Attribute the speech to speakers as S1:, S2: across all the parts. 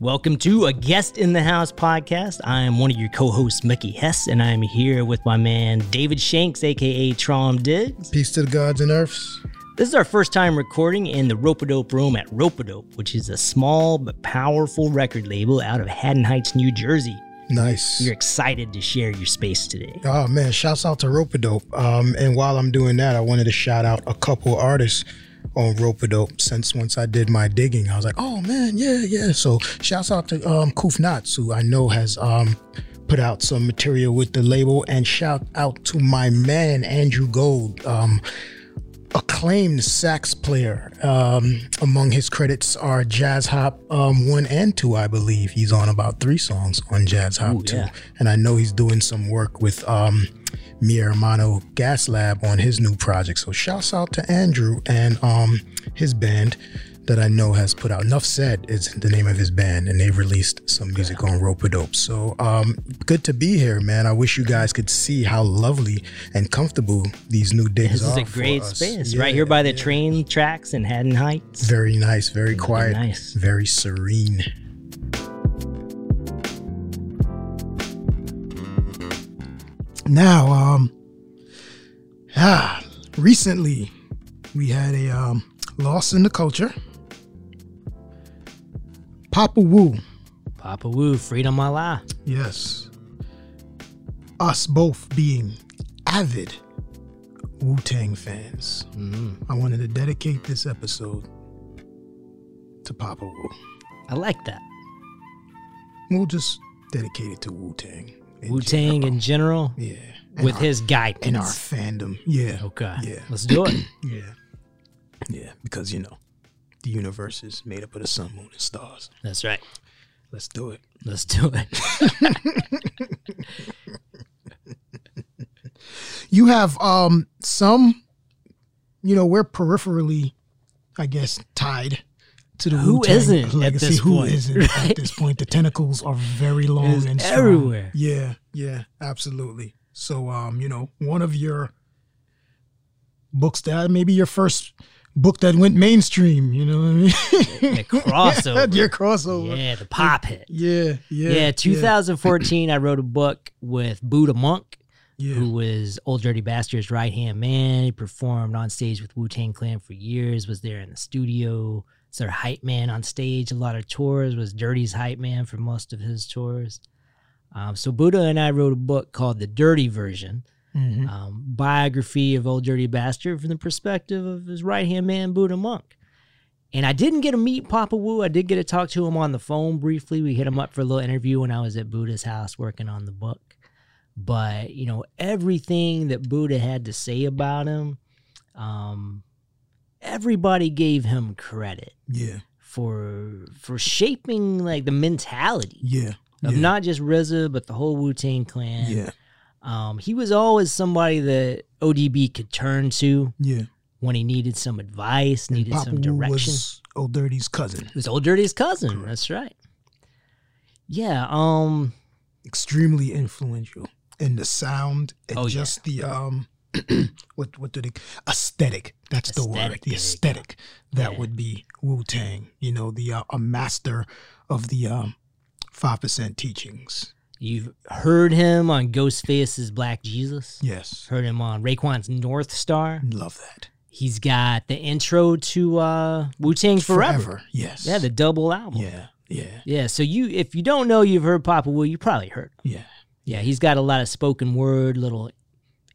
S1: Welcome to a Guest in the House podcast. I am one of your co hosts, Mickey Hess, and I am here with my man, David Shanks, aka Trom Diggs.
S2: Peace to the gods and earths.
S1: This is our first time recording in the Rope-a-Dope room at Rope-a-Dope, which is a small but powerful record label out of Haddon Heights, New Jersey.
S2: Nice.
S1: You're excited to share your space today.
S2: Oh man, shouts out to Ropadope. Um, and while I'm doing that, I wanted to shout out a couple artists on Ropadope since once I did my digging. I was like, oh man, yeah, yeah. So shouts out to um Kuf Knots, who I know has um put out some material with the label, and shout out to my man Andrew Gold. Um acclaimed sax player. Um, among his credits are Jazz Hop um, 1 and 2, I believe. He's on about three songs on Jazz Hop
S1: Ooh,
S2: 2.
S1: yeah.
S2: And I know he's doing some work with um, Mi Hermano Gas Lab on his new project. So shouts out to Andrew and um, his band that I know has put out. Enough Said is the name of his band, and they've released some music on Ropadope. So um, good to be here, man. I wish you guys could see how lovely and comfortable these new
S1: This
S2: digs
S1: is
S2: are.
S1: a
S2: for
S1: great
S2: us.
S1: space
S2: Yeah,
S1: right here by the
S2: yeah.
S1: train tracks in Haddon Heights.
S2: Very nice, very quiet,
S1: nice.
S2: very serene. Now, um, ah, recently we had a um, loss in the culture. Papa Wu,
S1: Papa Wu, Freedom Allah.
S2: yes. Us both being avid Wu Tang fans.
S1: Mm,
S2: I wanted to dedicate this episode to Papa Wu.
S1: I like that.
S2: We'll just dedicate it to Wu Tang.
S1: Wu Tang in general,
S2: Yeah.
S1: with
S2: our,
S1: his
S2: and our
S1: guidance.
S2: fandom. Yeah.
S1: Okay,
S2: Yeah.
S1: let's do it.
S2: Yeah. Yeah. Because you know, the universe is made up of the sun, moon, and stars.
S1: That's right.
S2: Let's do it.
S1: Let's do it.
S2: You have um some you know, we're peripherally, I guess, tied. To the
S1: Who
S2: Wu-Tang
S1: isn't at
S2: legacy.
S1: this
S2: Who
S1: point,
S2: isn't
S1: right?
S2: at this point? The tentacles are very long
S1: is
S2: and strong.
S1: everywhere.
S2: Yeah, yeah, absolutely. So, um, you know, one of your books that maybe your first book that went mainstream. You know what I mean?
S1: The crossover.
S2: your crossover.
S1: Yeah, the pop hit.
S2: Yeah, uh, yeah,
S1: Yeah, 2014, I wrote a book with Buddha Monk.
S2: Yeah,
S1: who was Old Dirty Bastard's right hand man. He performed on stage with Wu Tang Clan for years, was there in the studio. It's their hype man on stage, a lot of tours, was Dirty's hype man for most of his tours. Um, so Buddha and I wrote a book called The Dirty Version,
S2: Mhm.
S1: um, biography of Old Dirty Bastard from the perspective of his right hand man, Buddha Monk. And I didn't get to meet Papa Wu. I did get to talk to him on the phone briefly. We hit him up for a little interview when I was at Buddha's house working on the book. But, you know, everything that Buddha had to say about him, um, everybody gave him credit
S2: yeah,
S1: for for shaping like the mentality
S2: yeah,
S1: of
S2: yeah,
S1: not just RZA but the whole Wu Tang Clan.
S2: yeah,
S1: Um, he was always somebody that ODB could turn to
S2: yeah.
S1: when he needed some advice, needed
S2: Papa
S1: some
S2: Wu
S1: direction.
S2: was Old Dirty's cousin.
S1: It was Old Dirty's cousin.
S2: Correct.
S1: That's right. Yeah. Um.
S2: Extremely influential in the sound and
S1: Oh, yeah.
S2: just the um. what what do they aesthetic? That's the word.
S1: Aesthetic, there
S2: The
S1: you go.
S2: aesthetic that
S1: Yeah.
S2: would be Wu Tang. You know, the uh, a master of the um five percent teachings.
S1: You've heard him on Ghostface's Black Jesus.
S2: Yes,
S1: Heard him on Raekwon's North Star.
S2: love that.
S1: He's got the intro to uh, Wu Tang Forever.
S2: Yes.
S1: Yeah, the double album.
S2: yeah, yeah,
S1: Yeah, so you if you don't know you've heard Papa Wu, you probably heard.
S2: yeah.
S1: Yeah, he's got a lot of spoken word, little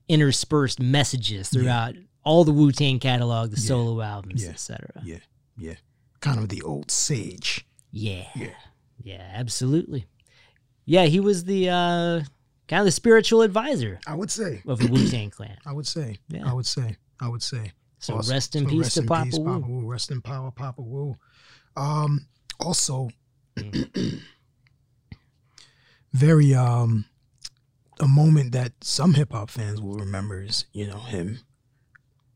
S1: interspersed messages
S2: Yeah.
S1: throughout all the Wu Tang catalog, the
S2: Yeah.
S1: solo albums,
S2: Yeah.
S1: etc.
S2: Yeah. Kind of the old sage.
S1: Yeah.
S2: Yeah.
S1: Yeah, absolutely. Yeah, he was the uh kind of the spiritual advisor
S2: I would say.
S1: of the Wu Tang clan.
S2: I would say.
S1: Yeah.
S2: I would say. I would say.
S1: So
S2: Awesome.
S1: rest in
S2: So
S1: peace
S2: rest
S1: to
S2: in
S1: Papa
S2: peace,
S1: Wu.
S2: Papa Wu. Rest in power, Papa Wu. Um, also, very um, a moment that some hip hop fans will remember is you know him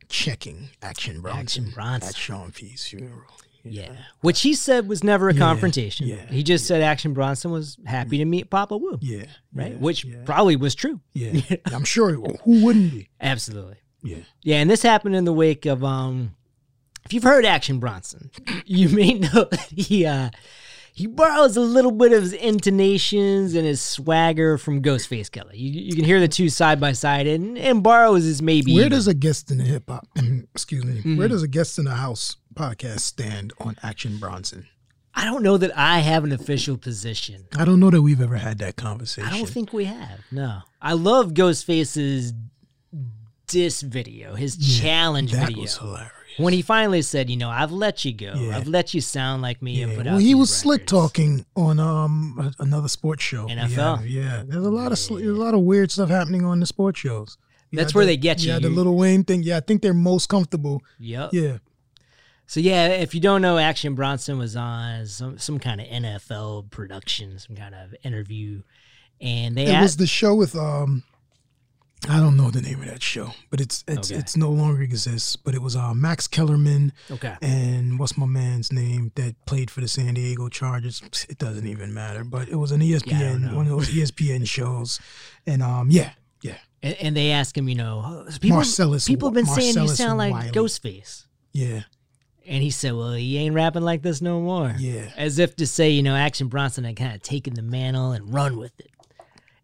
S2: checking Action Bronson,
S1: Bronson.
S2: at Sean P's funeral. you
S1: Yeah.
S2: know?
S1: Which he said was never a
S2: Yeah,
S1: confrontation.
S2: yeah,
S1: He just said Action Bronson was happy to meet Papa Wu.
S2: Yeah.
S1: Right?
S2: yeah,
S1: Which
S2: yeah,
S1: probably was true.
S2: yeah. I'm sure it will. who wouldn't be.
S1: Absolutely.
S2: Yeah.
S1: Yeah, and this happened in the wake of um if you've heard Action Bronson, you may know that he uh he borrows a little bit of his intonations and his swagger from Ghostface Killer. You, you can hear the two side by side, and and borrows is maybe
S2: Where
S1: even.
S2: does a guest in the hip hop, excuse me,
S1: Hmm.
S2: where does a guest in the house podcast stand on Action Bronson?
S1: I don't know that I have an official position.
S2: I don't know that we've ever had that conversation.
S1: I don't think we have. No, I love Ghostface's diss video, his challenge
S2: that
S1: video.
S2: was hilarious.
S1: when he finally said, "You know, I've let you go.
S2: Yeah.
S1: I've let you sound like me." And
S2: Yeah,
S1: put
S2: well,
S1: out
S2: he
S1: these
S2: was slick
S1: records."
S2: talking on um a- another sports show. we
S1: NFL.
S2: have. Yeah, there's a lot of sli- there's a lot of weird stuff happening on the sports shows. You
S1: That's
S2: had
S1: where
S2: the-
S1: they get you.
S2: Yeah, the
S1: You-
S2: Little Wayne thing. Yeah, I think they're most comfortable.
S1: Yep.
S2: Yeah,
S1: So yeah, if you don't know, Action Bronson was on some some kind of NFL production, some kind of interview, and they
S2: it was
S1: asked.
S2: the show with um, I don't know the name of that show, but it's it's
S1: Okay.
S2: it's no longer exists. But it was uh, Max Kellerman
S1: okay.
S2: and what's my man's name that played for the San Diego Chargers? It doesn't even matter. But it was an E ESPN,
S1: know.
S2: one of those E ESPN shows, and um, yeah, yeah,
S1: And, and they asked him, you know, "Oh, people,
S2: Marcellus-
S1: people have been saying you
S2: Marcellus
S1: sound like
S2: Wiley.
S1: Ghostface.
S2: yeah.
S1: And he said, Well, he ain't rapping like this no more.
S2: Yeah.
S1: As if to say, you know, Action Bronson had kind of taken the mantle and run with it.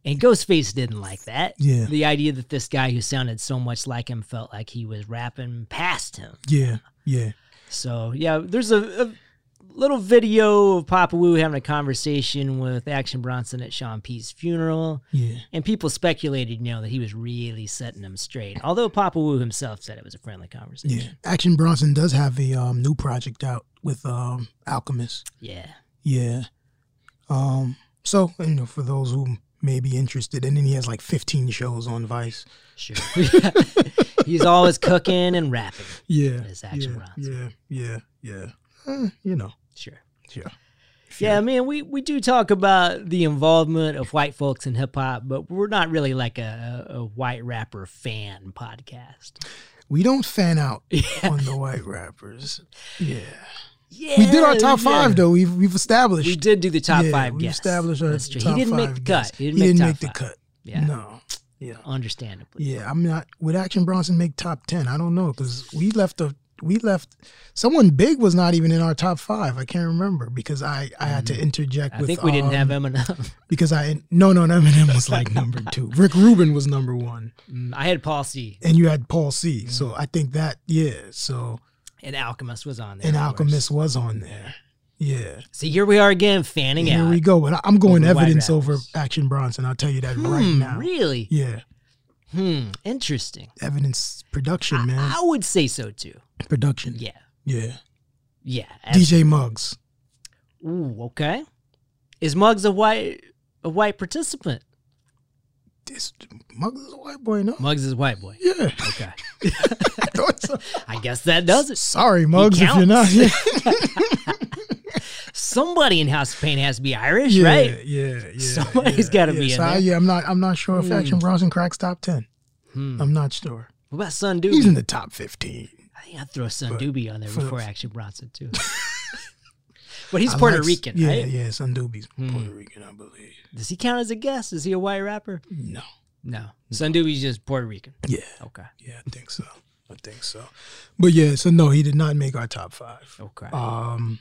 S1: And Ghostface didn't like that.
S2: Yeah.
S1: The idea that this guy who sounded so much like him felt like he was rapping past him.
S2: Yeah, yeah,
S1: So, yeah, there's a, a little video of Papa Wu having a conversation with Action Bronson at Sean P's funeral.
S2: yeah.
S1: And people speculated, you know, that he was really setting him straight. Although Papa Wu himself said it was a friendly conversation.
S2: Yeah. Action Bronson does have a um, new project out with um, Alchemist.
S1: yeah.
S2: Yeah. Um. So you know, for those who may be interested, and then he has like 15 shows on Vice.
S1: Sure. He's always cooking and rapping.
S2: Yeah.
S1: It's Action
S2: yeah,
S1: Bronson.
S2: Yeah. Yeah. Yeah. Eh, you know.
S1: Sure.
S2: Yeah.
S1: Yeah, I mean, we, we do talk about the involvement of white folks in hip hop, but we're not really like a, a, a white rapper fan podcast.
S2: We don't fan out on the white rappers. Yeah.
S1: Yeah,
S2: We did our top
S1: yeah.
S2: five though. We've we've established.
S1: We did do the top
S2: Yeah,
S1: five
S2: we
S1: guests.
S2: established our
S1: That's true.
S2: top
S1: he didn't make
S2: five
S1: the
S2: guests.
S1: cut. He didn't
S2: He
S1: make,
S2: didn't
S1: top
S2: make the
S1: five.
S2: cut.
S1: Yeah,
S2: No. Yeah.
S1: understandably.
S2: Yeah, I'm not. Would Action Bronson make top ten? I don't know because we left a we left someone big was not even in our top five. I can't remember because I I had to interject.
S1: Mm. I
S2: with,
S1: think we didn't have
S2: um,
S1: Eminem.
S2: because I no no no, Eminem was like number two. Rick Rubin was number one,
S1: Mm, I had Paul C.
S2: and you had Paul C.
S1: Mm.
S2: So I think that yeah. So
S1: and Alchemist was on there.
S2: and
S1: of course.
S2: Alchemist was on there. Yeah,
S1: See, here we are again, fanning
S2: here
S1: out.
S2: we go. But I- I'm going
S1: Over white
S2: evidence over
S1: rappers.
S2: Action Bronson. I'll tell you that right
S1: Hmm,
S2: now.
S1: Really?
S2: Yeah,
S1: Hmm. Interesting.
S2: evidence production man,
S1: I would say so too.
S2: production.
S1: Yeah.
S2: Yeah,
S1: Yeah.
S2: DJ Muggs.
S1: Ooh, okay. Is Muggs a white a white participant?
S2: this Muggs is a white boy, no?
S1: Muggs is a white boy.
S2: yeah.
S1: Okay.
S2: I thought so.
S1: I guess that does it.
S2: Sorry, Muggs, if you're not.
S1: counts.
S2: Yeah,
S1: Somebody in House of Pain has to be Irish,
S2: yeah,
S1: right?
S2: Yeah, yeah.
S1: Somebody's
S2: yeah,
S1: gotta
S2: yeah.
S1: be in
S2: So, I-
S1: there.
S2: yeah, I'm not. I'm not sure if Action
S1: Hmm.
S2: Bronson cracks top ten.
S1: Hmm.
S2: I'm not sure.
S1: What about Sun Doobie?
S2: He's in the top fifteen.
S1: I think I'd throw Sun
S2: But-
S1: Doobie on there
S2: for-
S1: before Action Bronson too. but he's
S2: I
S1: Puerto
S2: like-
S1: Rican,
S2: Yeah,
S1: right?
S2: yeah. Sundoobie's
S1: Hmm.
S2: Puerto Rican, I believe.
S1: Does he count as a guest? Is he a white rapper?
S2: No.
S1: No. Sun Doobie's just Puerto Rican.
S2: Yeah,
S1: Okay.
S2: yeah. I think so. I think so. But yeah, so no, he did not make our top five.
S1: Okay.
S2: Um,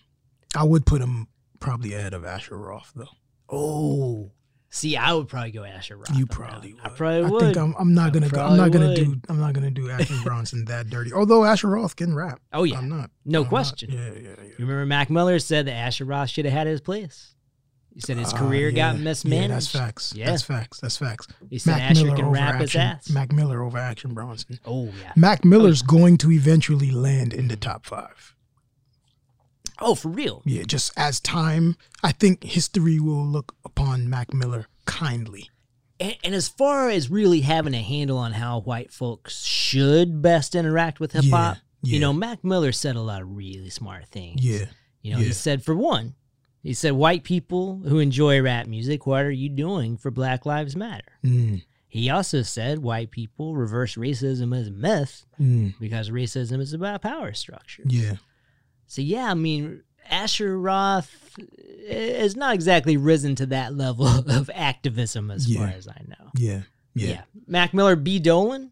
S2: I would put him probably ahead of Asher Roth though.
S1: oh. See, I would probably go Asher Roth.
S2: You
S1: on that
S2: probably
S1: one.
S2: would.
S1: I probably would.
S2: I think I'm, I'm not gonna go. I'm
S1: probably
S2: not gonna
S1: would.
S2: do. I'm not gonna do Action Bronson that dirty. Although Asher Roth can rap.
S1: oh yeah.
S2: I'm not.
S1: No
S2: I'm not.
S1: question.
S2: Yeah, yeah, yeah.
S1: You remember Mac Miller said that Asher Roth should have had his place. He said his
S2: Ah,
S1: career got
S2: yeah.
S1: mismanaged.
S2: Yeah, that's facts.
S1: Yeah.
S2: That's facts. That's facts.
S1: He said Asher can
S2: over
S1: rap his
S2: Action-
S1: ass.
S2: Mac Miller over Action Bronson.
S1: oh yeah.
S2: Mac Miller's going to eventually land in the top five.
S1: Oh, for real.
S2: Yeah, just as time, I think history will look upon Mac Miller kindly.
S1: And, and as far as really having a handle on how white folks should best interact with hip hop,
S2: yeah.
S1: you know, Mac Miller said a lot of really smart things.
S2: Yeah,
S1: You know, he
S2: yeah.
S1: said for one, he said white people who enjoy rap music, what are you doing for Black Lives Matter?
S2: Mm,
S1: He also said white people reverse racism is a myth
S2: mm,
S1: because racism is about power structure.
S2: yeah,
S1: So yeah, I mean, Asher Roth is not exactly risen to that level of activism as
S2: Yeah.
S1: far as I know.
S2: yeah, Mm. yeah.
S1: Mac Miller, B. Dolan,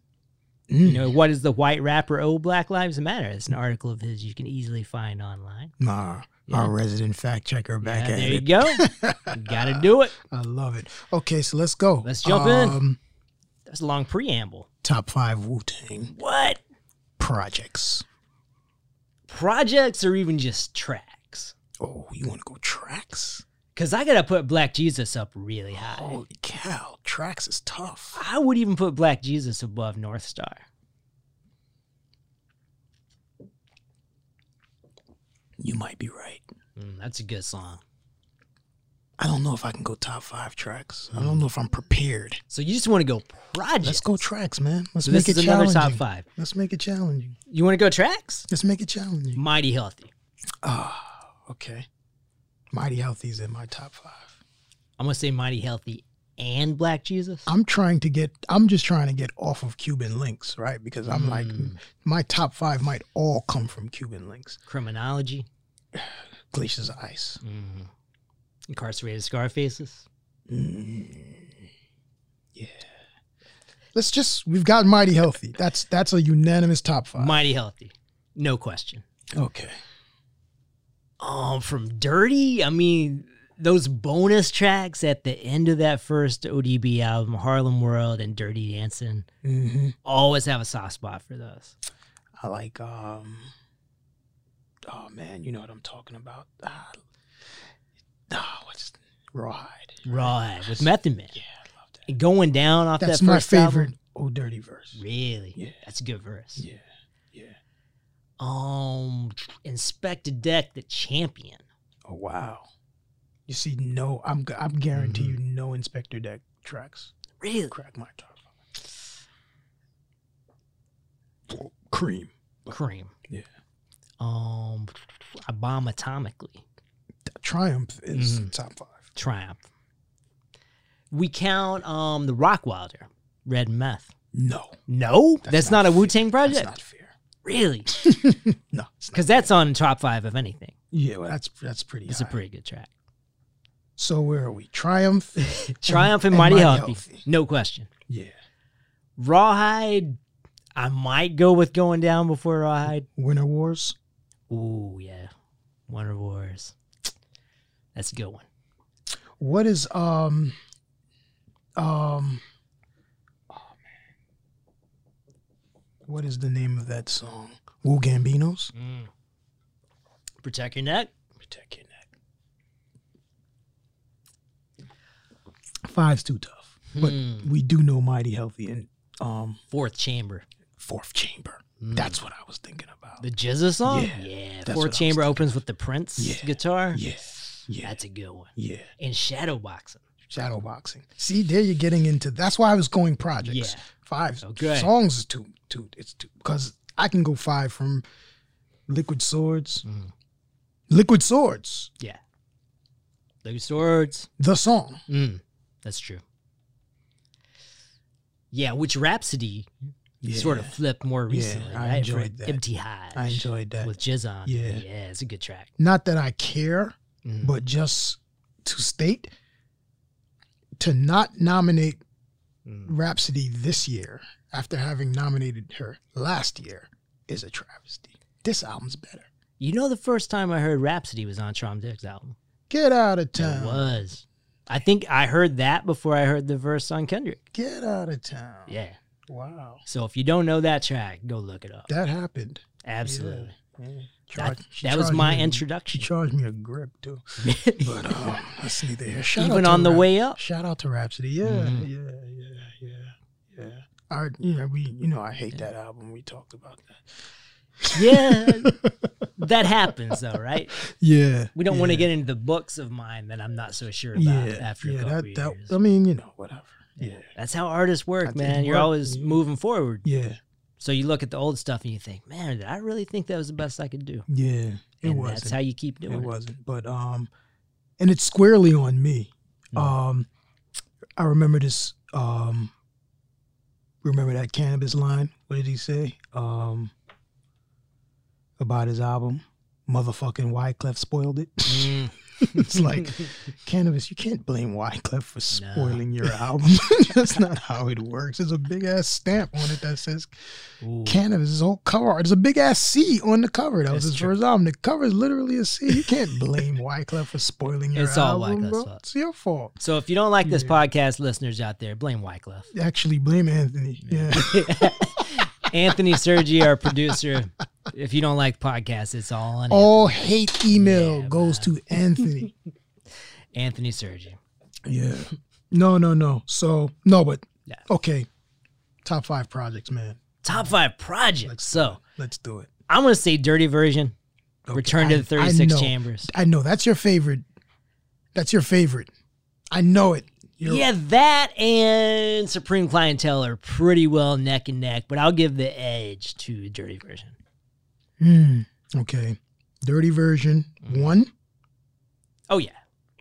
S1: You know, what is the white rapper Oh Black Lives Matter? It's an article of his you can easily find online.
S2: Nah,
S1: Yeah.
S2: our resident fact checker back
S1: Yeah,
S2: at
S1: there
S2: it.
S1: you go. you gotta do it.
S2: I love it. Okay, so let's go.
S1: Let's jump in.
S2: Um,
S1: That's a long preamble.
S2: Top five Wu Tang
S1: What?
S2: projects.
S1: Projects or even just tracks?
S2: Oh, you want to go tracks?
S1: Because I gotta put Black Jesus up really high.
S2: Holy cow, tracks is tough.
S1: I would even put Black Jesus above North Star.
S2: You might be right.
S1: Mm, that's a good song.
S2: I don't know if I can go top five tracks. I
S1: Hmm.
S2: don't know if I'm prepared.
S1: So you just want to go projects.
S2: Let's go tracks, man. Let's
S1: So
S2: make
S1: this
S2: it
S1: is another top
S2: challenging.
S1: five.
S2: Let's make it challenging.
S1: You want to go tracks?
S2: Let's make it challenging.
S1: Mighty healthy.
S2: Ah, okay. Mighty Healthy's in my top five.
S1: I'm gonna say Mighty Healthy and Black Jesus.
S2: I'm trying to get I'm just trying to get off of Cuban links, right? Because I'm like
S1: Hmm.
S2: my top five might all come from Cuban links.
S1: Criminology.
S2: Glaciers of Ice.
S1: Mm. Incarcerated Scarfaces.
S2: Mm. Let's just we've got Mighty Healthy. That's that's a unanimous top five.
S1: Mighty healthy. No question.
S2: okay.
S1: Um, from Dirty, I mean, those bonus tracks at the end of that first ODB album, Harlem World and Dirty Dancing,
S2: hmm
S1: always have a soft spot for those.
S2: I like um oh man, you know what I'm talking about. Ah, ah, what's Rawhide.
S1: Rawhide with Method Man.
S2: Yeah, I love that.
S1: And going down off
S2: That's
S1: that
S2: my
S1: first
S2: favorite
S1: album.
S2: Oh Dirty verse.
S1: Really?
S2: Yeah.
S1: That's a good verse.
S2: Yeah. Yeah.
S1: Um, Inspect a Deck, the champion.
S2: Oh wow! You see, no, I'm gu- I'm guarantee
S1: Mhm.
S2: you no Inspector Deck tracks
S1: Really?
S2: crack my top five. Cream.
S1: Cream.
S2: Yeah.
S1: Um, I bomb atomically.
S2: Triumph is
S1: Mm-hmm.
S2: top five.
S1: Triumph. We count um the Rockwilder, Red Meth.
S2: No,
S1: No, that's,
S2: That's
S1: not, a
S2: not
S1: Wu Tang
S2: that's
S1: project,
S2: not fair.
S1: really,
S2: No, it's not.
S1: because that's on top five of anything.
S2: Yeah, well, that's that's pretty.
S1: It's
S2: high.
S1: a pretty good track.
S2: So where are we? Triumph.
S1: Triumph and,
S2: and
S1: Mighty,
S2: Mighty
S1: Healthy,
S2: Healthy.
S1: no question.
S2: yeah.
S1: Rawhide, I might go with going down before Rawhide.
S2: Winter Wars.
S1: Ooh yeah, Wonder Wars. That's a good one.
S2: What is um um. oh, man. What is the name of that song? Wu Gambino's?
S1: Mm. Protect your neck.
S2: Protect your neck. Five's too tough, but
S1: Hmm.
S2: we do know Mighty Healthy and um
S1: Fourth chamber.
S2: Fourth Chamber.
S1: Mm.
S2: That's what I was thinking about.
S1: The Jizza song.
S2: Yeah, that's what I
S1: Fourth
S2: was
S1: chamber
S2: thinking.
S1: opens with the Prince
S2: Yeah,
S1: guitar.
S2: yeah, yeah,
S1: That's a good one.
S2: yeah.
S1: And shadow boxing.
S2: Shadow boxing. See, there you're getting into. That's why I was going projects.
S1: Yeah. Oh,
S2: Five
S1: Okay.
S2: songs is too too. It's too because I can go five from Liquid Swords.
S1: Mhm.
S2: Liquid Swords,
S1: Yeah. Those swords.
S2: the song.
S1: Mm, that's true. Yeah, which Rhapsody sort of flipped more recently,
S2: I
S1: right? For
S2: enjoyed that.
S1: Empty Hive.
S2: I enjoyed that.
S1: With Jizz on. it.
S2: Yeah.
S1: Yeah, it's a good track.
S2: Not that I care.
S1: Mm.
S2: but just to state to not nominate
S1: Mm.
S2: Rhapsody this year after having nominated her last year is a travesty. This album's better.
S1: You know, the first time I heard Rhapsody was on Trom Dick's album.
S2: Get out of
S1: It
S2: town.
S1: was. I think I heard that before I heard the verse on Kendrick.
S2: Get out of town.
S1: Yeah.
S2: Wow.
S1: So if you don't know that track, go look it up.
S2: That happened.
S1: Absolutely.
S2: Yeah.
S1: That,
S2: Charged- she
S1: that was
S2: charged
S1: my
S2: me a- She
S1: introduction.
S2: charged me a grip too. But um, that's neither here. Shout out
S1: Even
S2: to
S1: on the
S2: Rhap-
S1: way up.
S2: Shout out to Rhapsody. Yeah,
S1: Mhm.
S2: yeah, yeah, yeah, yeah. I, you know, we, you know, I hate that album. We talked about that.
S1: Yeah. that happens though, right?
S2: Yeah.
S1: We don't want to
S2: yeah,
S1: get into the books of mine that I'm not so sure about
S2: yeah,
S1: after a
S2: yeah,
S1: couple
S2: that,
S1: of
S2: that
S1: years.
S2: I mean, you know, whatever. Yeah.
S1: That's how artists work,
S2: That's
S1: man.
S2: it,
S1: You're
S2: work,
S1: always
S2: yeah.
S1: moving forward.
S2: Yeah.
S1: So you look at the old stuff and you think, man, did I really think that was the best I could do?
S2: Yeah. It
S1: And
S2: wasn't.
S1: that's how you keep
S2: it
S1: doing it.
S2: wasn't. But um and it's squarely on me.
S1: Mm.
S2: Um I remember this um remember that cannabis line? What did he say? Um about his album. Motherfucking Wyclef spoiled it.
S1: Mm.
S2: it's like cannabis. You can't blame Wyclef for spoiling your album. That's not how it works. There's a big ass stamp on it that says
S1: Ooh.
S2: cannabis. His whole cover art. There's a big ass C on the cover. That was
S1: That's
S2: his
S1: true.
S2: first album. The cover is literally a C. You can't blame Wyclef for spoiling your
S1: It's all
S2: album.
S1: Wyclef's
S2: bro.
S1: fault.
S2: It's your fault.
S1: So if you don't like this
S2: Yeah.
S1: podcast, listeners out there, blame Wyclef.
S2: Actually, blame Anthony. Yeah.
S1: Anthony Sergi, our producer. If you don't like podcasts, it's all on
S2: all hate email
S1: Yeah,
S2: goes to Anthony.
S1: Anthony Sergi.
S2: Yeah. No, no, no. So no, but
S1: Yeah.
S2: okay. Top five projects, man.
S1: Top five projects. So
S2: Let's do it.
S1: I'm gonna say dirty version.
S2: Okay,
S1: Return to
S2: I-
S1: the
S2: I
S1: 36
S2: know.
S1: chambers.
S2: I know that's your favorite. That's your favorite. I know it. You're-
S1: yeah, that and Supreme Clientele are pretty well neck and neck, but I'll give the edge to dirty version.
S2: Hmm. okay. Dirty version
S1: Mm.
S2: one.
S1: Oh yeah.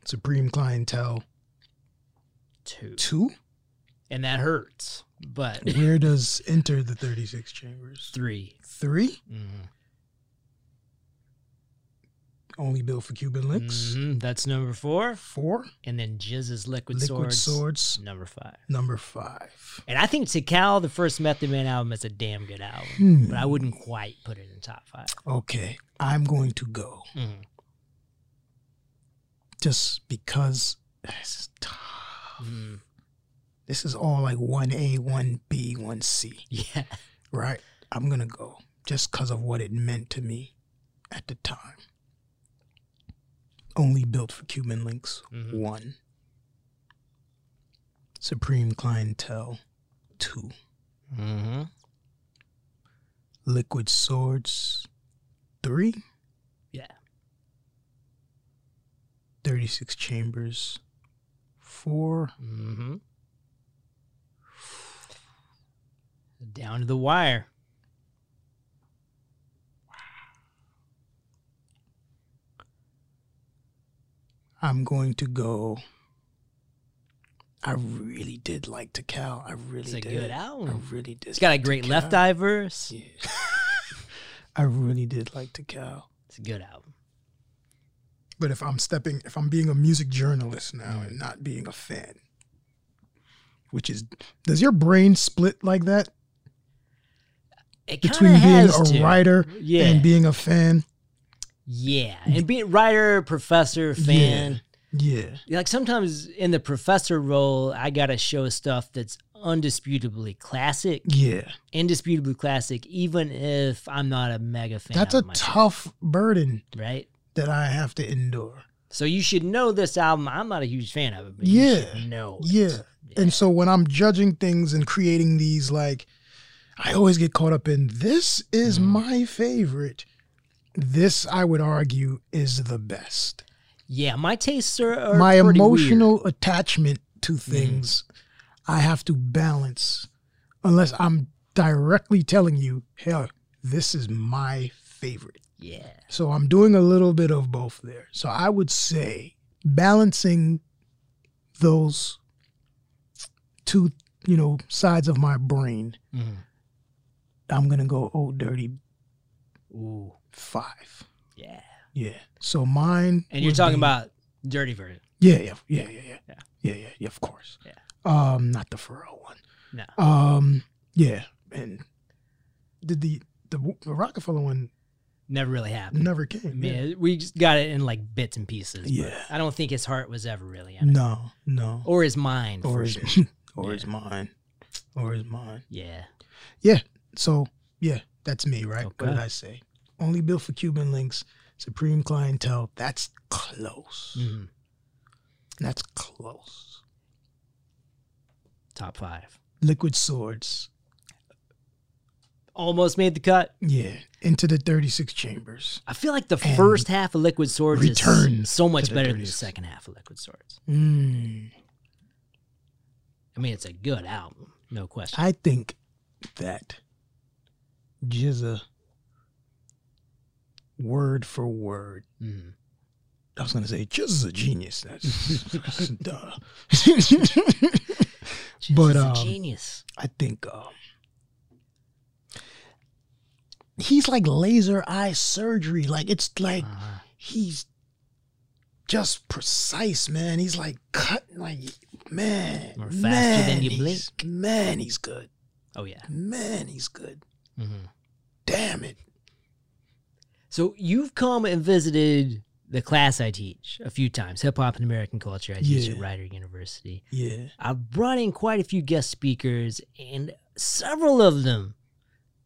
S2: Supreme clientele
S1: Two.
S2: two.
S1: And that hurts. But
S2: Where does enter the thirty six chambers?
S1: three.
S2: Three.
S1: Mhm.
S2: Only built for Cuban links.
S1: Mhm, That's number four.
S2: Four.
S1: And then Jizz's Liquid,
S2: Liquid
S1: Swords.
S2: swords.
S1: Number five.
S2: Number five.
S1: And I think Tikal, the first Method Man album, is a damn good album.
S2: Hmm.
S1: But I wouldn't quite put it in top five.
S2: Okay, I'm going to go
S1: Mhm.
S2: just because this is tough.
S1: Mhm.
S2: This is all like one A, one B, one C,
S1: Yeah.
S2: right? I'm gonna go just because of what it meant to me at the time. Only built for Cuban links.
S1: Mhm.
S2: One. Supreme clientele. Two.
S1: Mm-hmm.
S2: Liquid swords. Three.
S1: Yeah.
S2: 36 chambers. Four.
S1: Mm-hmm. Down to the wire.
S2: I'm going to go. I really did like Takal. I really
S1: It's a
S2: did.
S1: good
S2: I
S1: album.
S2: really did.
S1: It's got a great left eye verse.
S2: Yeah. I really did like Takal.
S1: It's a good album.
S2: But if I'm stepping, if I'm being a music journalist
S1: Mm.
S2: now and not being a fan, which is, does your brain split like that
S1: It
S2: between
S1: kind of
S2: being a
S1: has to.
S2: writer
S1: yeah,
S2: and being a fan?
S1: yeah, and being writer, professor, fan.
S2: Yeah.
S1: like sometimes in the professor role, I gotta show stuff that's undisputably classic,
S2: Yeah.
S1: indisputably classic, even if I'm not a mega fan.
S2: That's a
S1: of myself,
S2: tough burden
S1: right.
S2: that I have to endure.
S1: So you should know this album. I'm not a huge fan of it, but
S2: Yeah.
S1: you should know. it.
S2: Yeah. And so when I'm judging things and creating these, like, I always get caught up in this is
S1: Mhm.
S2: my favorite. This, I would argue, is the best.
S1: yeah, my tastes are, are
S2: my
S1: pretty Mm-hmm.
S2: emotional attachment to things, I have to balance unless I'm directly telling you, hey, this is my favorite.
S1: weird. Yeah,
S2: So I'm doing a little bit of both there. So I would say balancing those two, you know, sides of my brain. Mm-hmm.
S1: Mhm.
S2: I'm gonna go old dirty
S1: ooh,
S2: five.
S1: yeah.
S2: Yeah. So mine.
S1: And you're
S2: would
S1: talking
S2: be-
S1: about Dirty Version.
S2: Yeah, yeah, yeah, yeah, yeah,
S1: Yeah.
S2: yeah, yeah, yeah. Of course.
S1: Yeah.
S2: Um, not the Pharrell one.
S1: No.
S2: Um, yeah, and did the the, the Rockefeller one
S1: Never really happened.
S2: never came?
S1: Man, we just got it in like bits and pieces. but
S2: Yeah.
S1: I don't think his heart was ever really in it.
S2: No, no.
S1: Or his mind.
S2: or
S1: for
S2: is
S1: sure.
S2: or
S1: Yeah.
S2: is mine or is mine
S1: Yeah.
S2: so yeah that's me right what did
S1: Okay.
S2: i say only built for cuban links supreme clientele that's close
S1: Mhm.
S2: that's close
S1: Top five.
S2: liquid swords
S1: Almost made the cut.
S2: yeah into the 36 chambers
S1: I feel like the
S2: And
S1: first half of Liquid Swords
S2: Return
S1: is so much
S2: to the
S1: better than the
S2: 30s.
S1: second half of Liquid Swords.
S2: mm,
S1: I mean, it's a good album, no question.
S2: i think that jizza word for word
S1: Mhm.
S2: I was gonna say just is a genius. That's duh.
S1: Jeez,
S2: But,
S1: he's a
S2: um,
S1: genius.
S2: I think um, he's like laser eye surgery. Like it's like
S1: Uh-huh.
S2: he's just precise, man. He's like cutting, like man,
S1: Or faster
S2: man,
S1: than you
S2: he's- Man, he's good.
S1: Oh yeah.
S2: Man, he's good.
S1: hmm
S2: Damn it.
S1: So you've come and visited the class I teach a few times, hip hop and American culture. I teach at
S2: Yeah.
S1: Rider University.
S2: Yeah.
S1: I've brought in quite a few guest speakers, and several of them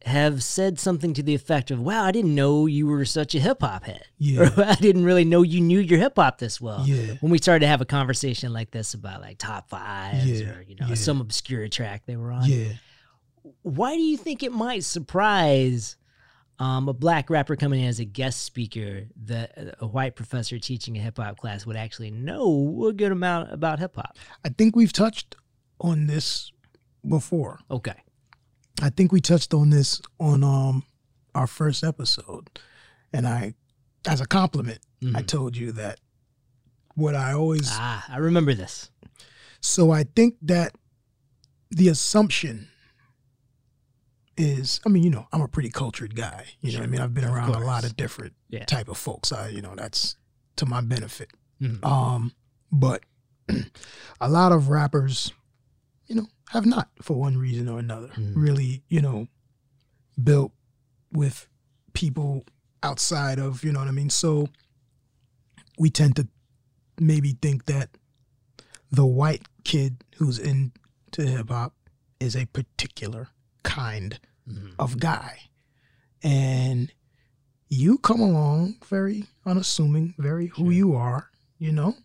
S1: have said something to the effect of, "Wow, I didn't know you were such a hip hop head.
S2: Yeah.
S1: Or, I didn't really know you knew your hip hop this well."
S2: Yeah.
S1: When we started to have a conversation like this about like top fives
S2: Yeah,
S1: or you know
S2: yeah.
S1: some obscure track they were on,
S2: Yeah.
S1: why do you think it might surprise um, a black rapper coming in as a guest speaker that a white professor teaching a hip hop class would actually know a good amount about hip hop?
S2: I think we've touched on this before.
S1: Okay.
S2: I think we touched on this on um our first episode. And I as a compliment, I
S1: Mhm.
S2: told you that what I always
S1: ah, I remember this.
S2: So I think that the assumption is, I mean, you know, I'm a pretty cultured guy. You know, what I mean, I've been around a lot
S1: course.
S2: of different
S1: Yeah.
S2: type of folks. I, you know, that's to my benefit.
S1: Mhm.
S2: Um, but a lot of rappers, you know, have not, for one reason or another,
S1: Mhm.
S2: really, you know, built with people outside of, you know what I mean? So we tend to maybe think that the white kid who's into hip hop is a particular kind
S1: Mhm.
S2: of guy. And you come along very unassuming, very who
S1: Sure.
S2: you are, you know?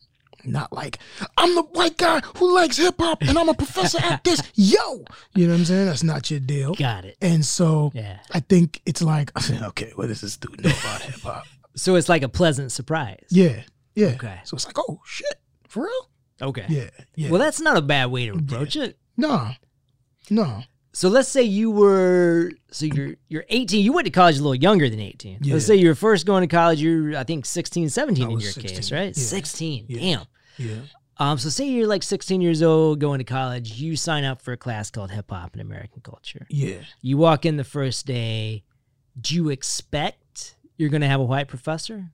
S2: Not like, I'm the white guy who likes hip hop and I'm a professor at this. Yo! You know what I'm saying? That's not your deal.
S1: Oh. Got it.
S2: And so
S1: Yeah.
S2: I think it's like, okay, what does this dude know about hip hop?
S1: So it's like a pleasant surprise.
S2: Yeah. Yeah.
S1: Okay.
S2: So it's like, oh shit, for real?
S1: Okay.
S2: Yeah. Yeah.
S1: Well, that's not a bad way to approach it.
S2: no. No.
S1: So let's say you were so you're you're 18. You went to college a little younger than 18.
S2: Yeah.
S1: Let's say you were first going to college. You're I think 16, 17
S2: I
S1: in
S2: was
S1: your
S2: 16,
S1: case, right?
S2: yeah.
S1: 16.
S2: Yeah.
S1: Damn.
S2: Yeah.
S1: Um, so say you're like 16 years old, going to college, you sign up for a class called Hip Hop and American Culture.
S2: Yeah.
S1: You walk in the first day. Do you expect you're going to have a white professor?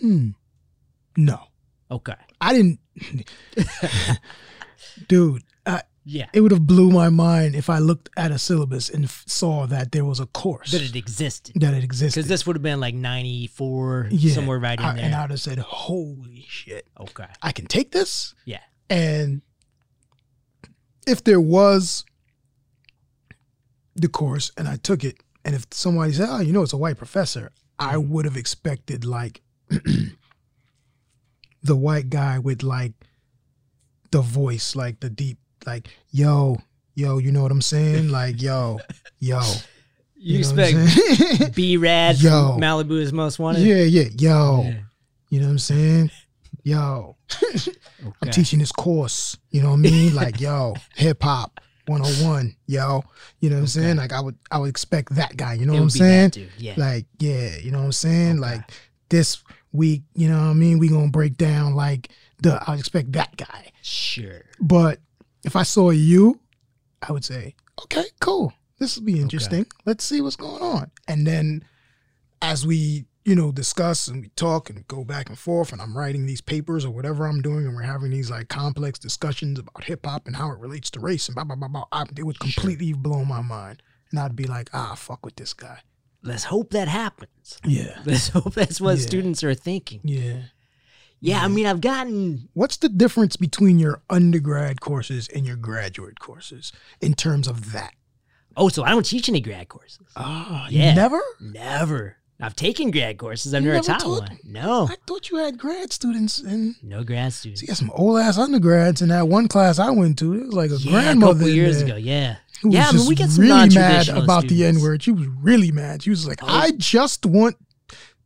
S2: Hmm. No.
S1: Okay.
S2: I didn't Dude, I,
S1: Yeah.
S2: it would have blew my mind if I looked at a syllabus and f- saw that there was a course
S1: That it existed.
S2: that it
S1: Because
S2: existed.
S1: this would have been like 94,
S2: Yeah.
S1: somewhere right in
S2: I-
S1: there.
S2: and I'd have said, "Holy shit,
S1: okay.
S2: I can take this."
S1: Yeah.
S2: And if there was the course and I took it, and if somebody said, "Oh, you know, it's a white professor," I
S1: Mm-hmm.
S2: would have expected like the white guy with like the voice, like the deep, like yo, yo, you know what I'm saying? Like yo, yo,
S1: You,
S2: know what I'm
S1: expect
S2: saying?
S1: B Rad
S2: Yo.
S1: from Malibu is most wanted?
S2: yeah, yeah, yo,
S1: Yeah.
S2: you know what I'm saying? Yo, I'm
S1: Okay.
S2: teaching this course. You know what I mean? Like, yo, hip hop 101, yo. You know what I'm saying? Like I would I would expect that guy, you know
S1: It
S2: what I'm
S1: would be that
S2: saying?
S1: dude. Yeah.
S2: Like, yeah, you know what I'm saying?
S1: Okay.
S2: Like this week, you know what I mean? We gonna break down like the I would expect that guy.
S1: sure.
S2: But if I saw you, I would say, okay, cool. This will be interesting. Let's see what's going on. And then as we, you know, discuss and we talk and go back and forth, and I'm writing these papers or whatever I'm doing, and we're having these like complex discussions about hip hop and how it relates to race and blah, blah, blah, blah. I, it would completely blow my mind. And I'd be like, ah, fuck with this guy.
S1: Let's hope that happens.
S2: Yeah.
S1: Let's hope that's what
S2: Yeah.
S1: students are thinking.
S2: Yeah.
S1: Yeah, I mean, I've gotten
S2: What's the difference between your undergrad courses and your graduate courses in terms of that?
S1: oh, so I don't teach any grad courses.
S2: Ah,
S1: Yeah.
S2: never?
S1: Never. I've taken grad courses. I've
S2: You
S1: never,
S2: never
S1: taught
S2: taught?
S1: one. No,
S2: I thought you had grad students and
S1: no grad students.
S2: so you got some old ass undergrads in that one class I went to. It was like a
S1: Yeah, a
S2: grandmother
S1: couple
S2: in
S1: years
S2: there
S1: ago. Yeah,
S2: who
S1: yeah. I
S2: was
S1: mean, we
S2: just
S1: got some
S2: really mad
S1: non-traditional
S2: about the
S1: students. Oh.
S2: N word. She was really mad. She was like, I just want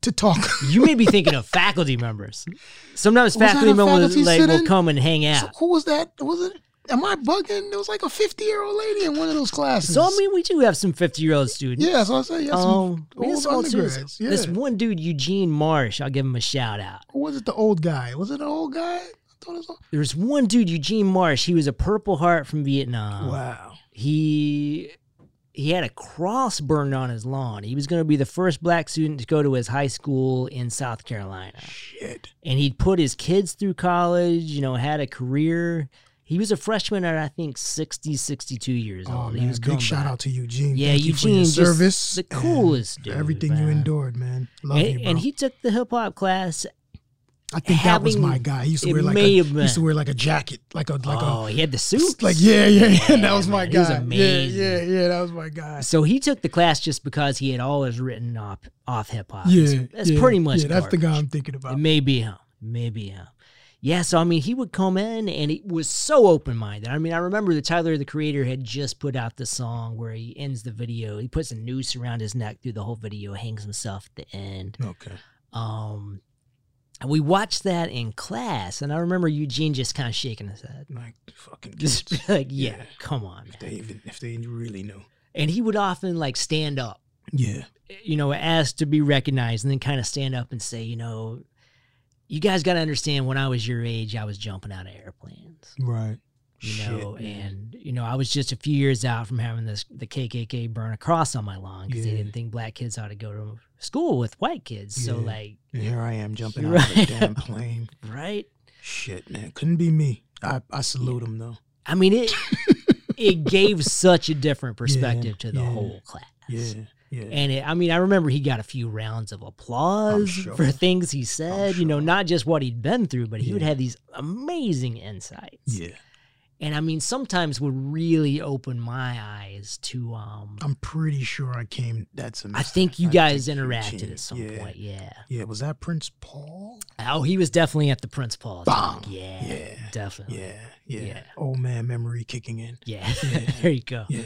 S2: to talk.
S1: You may be thinking of faculty members. Sometimes
S2: Was that
S1: faculty
S2: a
S1: members
S2: faculty
S1: like will
S2: sit-in?
S1: come and hang
S2: So
S1: out.
S2: who was that? Was it? Am I bugging? There was like a fifty year old lady in one of those classes.
S1: So I mean, we do have some fifty-year-old students.
S2: yeah. So I say, yeah.
S1: Um, we got
S2: old
S1: some old students.
S2: undergrads, yeah.
S1: This one dude, Eugene Marsh, I'll give him a shout out.
S2: Or was it the old guy? Was it an old guy? I thought it was. a-
S1: There was one Uh, dude, Eugene Marsh. He was a Purple Heart from Vietnam.
S2: Wow.
S1: he he had a cross burned on his lawn. He was going to be the first black student to go to his high school in South Carolina.
S2: Shit.
S1: And he'd put his kids through college, you know, had a career. He was a freshman at, I think, 60, 62 years
S2: Oh,
S1: old.
S2: man.
S1: he was
S2: Big
S1: going
S2: shout
S1: by.
S2: out to Eugene.
S1: Yeah,
S2: Thank you for
S1: Eugene,
S2: your
S1: just
S2: service.
S1: the
S2: and
S1: coolest dude,
S2: everything you
S1: man.
S2: endured, man. Love
S1: and,
S2: you, bro.
S1: and he took the hip hop class.
S2: I think that was
S1: having-
S2: my guy. He used to
S1: it
S2: wear like a,
S1: may
S2: he
S1: have
S2: used to
S1: been.
S2: wear like a jacket, like a like
S1: oh, he had the
S2: a
S1: suit.
S2: like yeah, yeah, yeah. That was
S1: Yeah,
S2: my
S1: man, he was
S2: guy. Yeah,
S1: amazing.
S2: yeah, yeah. That was my guy.
S1: So he took the class just because he had always written off off hip hop.
S2: Yeah,
S1: that's
S2: yeah,
S1: pretty much.
S2: Yeah, that's the
S1: garbage.
S2: guy I'm thinking about.
S1: It may be him. It may be him. Yeah, so I mean, he would come in and he was so open minded. I mean, I remember that Tyler the Creator had just put out the song where he ends the video. He puts a noose around his neck through the whole video, hangs himself at the end.
S2: Okay.
S1: Um, and we watched that in class, and I remember Eugene just kind of shaking his head,
S2: Like fucking
S1: just
S2: kids.
S1: like, "Yeah,
S2: Yeah.
S1: come on."
S2: if
S1: Man.
S2: they even if they really knew.
S1: And he would often like stand up
S2: Yeah.
S1: you know, asked to be recognized and then kind of stand up and say, you know, you guys got to understand when I was your age, I was jumping out of airplanes,
S2: Right.
S1: you
S2: Shit,
S1: know,
S2: man.
S1: and, you know, I was just a few years out from having this, the KKK burn a cross on my lawn because
S2: Yeah.
S1: they didn't think black kids ought to go to school with white kids. So,
S2: Yeah.
S1: like,
S2: And here I am jumping
S1: You're
S2: out of a
S1: right.
S2: damn plane.
S1: right?
S2: Shit, man. Couldn't be me. I, I salute him though.
S1: I mean, it, it gave such a different perspective to the
S2: yeah.
S1: whole class.
S2: Yeah. Yeah.
S1: And it, I mean, I remember he got a few rounds of applause
S2: sure.
S1: for things he said, you know,
S2: sure.
S1: not just what he'd been through, but he would
S2: Yeah.
S1: have these amazing insights.
S2: Yeah.
S1: And I mean, sometimes would really open my eyes to, um,
S2: I'm pretty sure I came that's a
S1: I
S2: mistake.
S1: think you
S2: I
S1: guys
S2: think
S1: interacted
S2: Eugene-
S1: at some
S2: yeah.
S1: point. Yeah.
S2: Yeah, was that Prince Paul?
S1: Oh, he was definitely at the Prince Paul. talk.
S2: Bong.
S1: Yeah,
S2: Yeah.
S1: Definitely.
S2: Yeah, yeah.
S1: uh, Yeah.
S2: Old man memory kicking in.
S1: Yeah.
S2: Yeah.
S1: there you go.
S2: Yeah.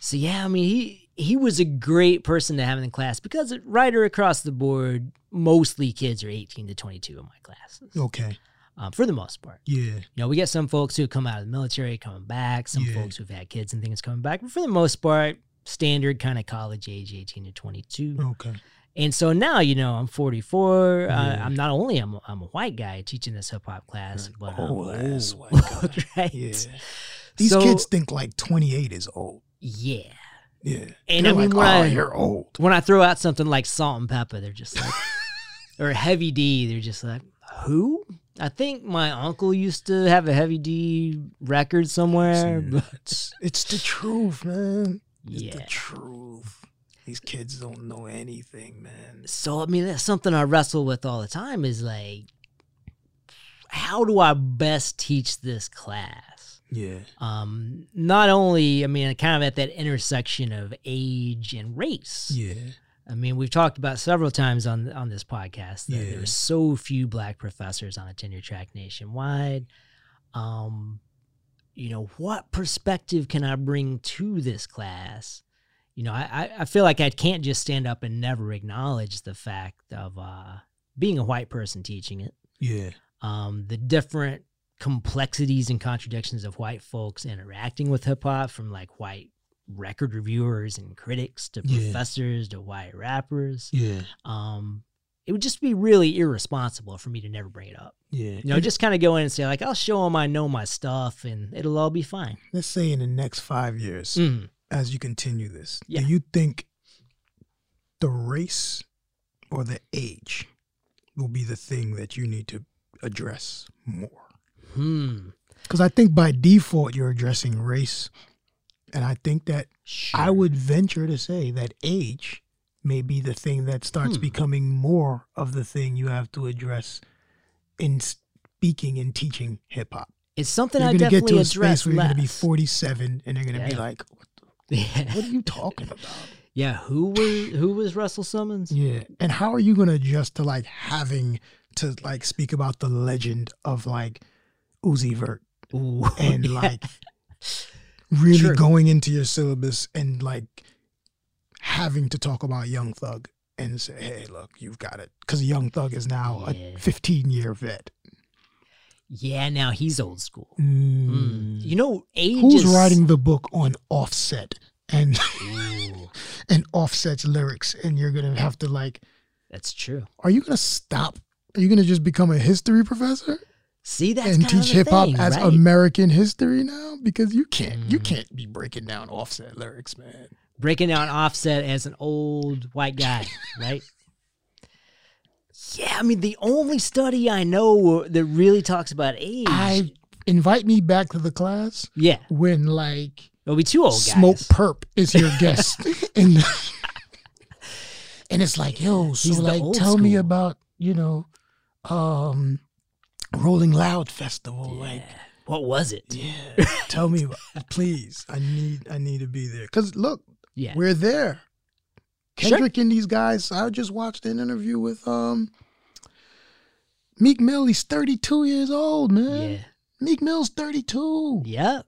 S1: So yeah, I mean, he he was a great person to have in the class because right or across the board, mostly kids are 18 to 22 in my classes.
S2: Okay.
S1: um, for the most part.
S2: Yeah.
S1: You know, we get some folks who come out of the military coming back, some
S2: Yeah.
S1: folks who've had kids and things coming back, but for the most part, standard kind of college age, 18 to 22.
S2: Okay.
S1: And so now, you know, I'm 44. Uh,
S2: Yeah.
S1: I'm not only I'm, I'm a white guy teaching this hip hop class,
S2: An
S1: but
S2: old
S1: I'm
S2: ass
S1: old,
S2: white guy.
S1: right?
S2: Oh, Yeah. These
S1: So-
S2: kids think like 28 is old.
S1: Yeah.
S2: Yeah.
S1: And
S2: They're
S1: I mean,
S2: like,
S1: when,
S2: oh,
S1: I,
S2: you're old.
S1: when I throw out something like salt and pepper, they're just like, or heavy D, they're just like, who? I think my uncle used to have a heavy D record somewhere.
S2: It's nuts. It's the truth, man. It's
S1: Yeah.
S2: the truth. These kids don't know anything, man.
S1: so I mean that's something I wrestle with all the time is like how do I best teach this class?
S2: Yeah.
S1: Um not only I mean kind of at that intersection of age and race.
S2: Yeah.
S1: I mean we've talked about several times on on this podcast that
S2: Yeah.
S1: there's so few black professors on a tenure track nationwide. Um you know what perspective can I bring to this class? You know, I, I- I feel like I can't just stand up and never acknowledge the fact of uh, being a white person teaching it,
S2: Yeah.
S1: um, the different complexities and contradictions of white folks interacting with hip hop, from like white record reviewers and critics to
S2: Yeah.
S1: professors to white rappers.
S2: Yeah.
S1: Um, it would just be really irresponsible for me to never bring it up.
S2: Yeah.
S1: You know, just kind of go in and say like, "I'll show them I know my stuff, and it'll all be fine."
S2: Let's say in the next five years,
S1: Mm.
S2: as you continue this,
S1: Yeah.
S2: do you think the race or the age will be the thing that you need to address more?
S1: Hmm.
S2: Because I think by default you're addressing race, and I think that
S1: Sure.
S2: I would venture to say that age may be the thing that starts
S1: Hmm.
S2: becoming more of the thing you have to address in speaking and teaching hip hop.
S1: It's something
S2: you're
S1: I
S2: gonna get
S1: definitely
S2: to a
S1: address
S2: space where you're gonna be
S1: less.
S2: 47 and they're gonna be
S1: Yeah.
S2: like, what, the-
S1: Yeah.
S2: what are you talking about?
S1: yeah. Who was who was Russell Simmons?
S2: Yeah. And how are you gonna adjust to like having to like speak about the legend of like Uzi Vert
S1: Ooh,
S2: and
S1: yeah.
S2: like really
S1: True.
S2: going into your syllabus and like having to talk about Young Thug and say, hey, look, you've got it. Because Young Thug is now
S1: Yeah.
S2: a 15 year vet.
S1: yeah. Now he's old school. Mm.
S2: Mm.
S1: You know, age.
S2: Who's
S1: is-
S2: writing the book on Offset and
S1: Ooh,
S2: and Offset's lyrics? And you're gonna have to like,
S1: that's true.
S2: are you gonna stop? Are you gonna just become a history professor
S1: See, that's kind
S2: and
S1: of
S2: teach
S1: the
S2: hip hop
S1: thing,
S2: as
S1: right?
S2: American history now? Because you can't, you
S1: Mm.
S2: can't be breaking down Offset lyrics, man.
S1: breaking down Offset as an old white guy, right? Yeah, I mean the only study I know that really talks about age.
S2: I invite me back to the class
S1: yeah,
S2: when like
S1: it'll be two old Oh, guys.
S2: Smoke Perp is your guest, and and it's like yo, so
S1: He's the
S2: like
S1: old
S2: tell me
S1: school.
S2: about you know, um, Rolling Loud Festival, like
S1: What was it?
S2: yeah, tell me, about- please, I need I need to be there because look,
S1: Yeah,
S2: we're there.
S1: Sure.
S2: Kendrick and these guys. I just watched an interview with um. Meek Mill, he's 32 years old, man.
S1: yeah,
S2: Meek Mill's 32.
S1: yeah.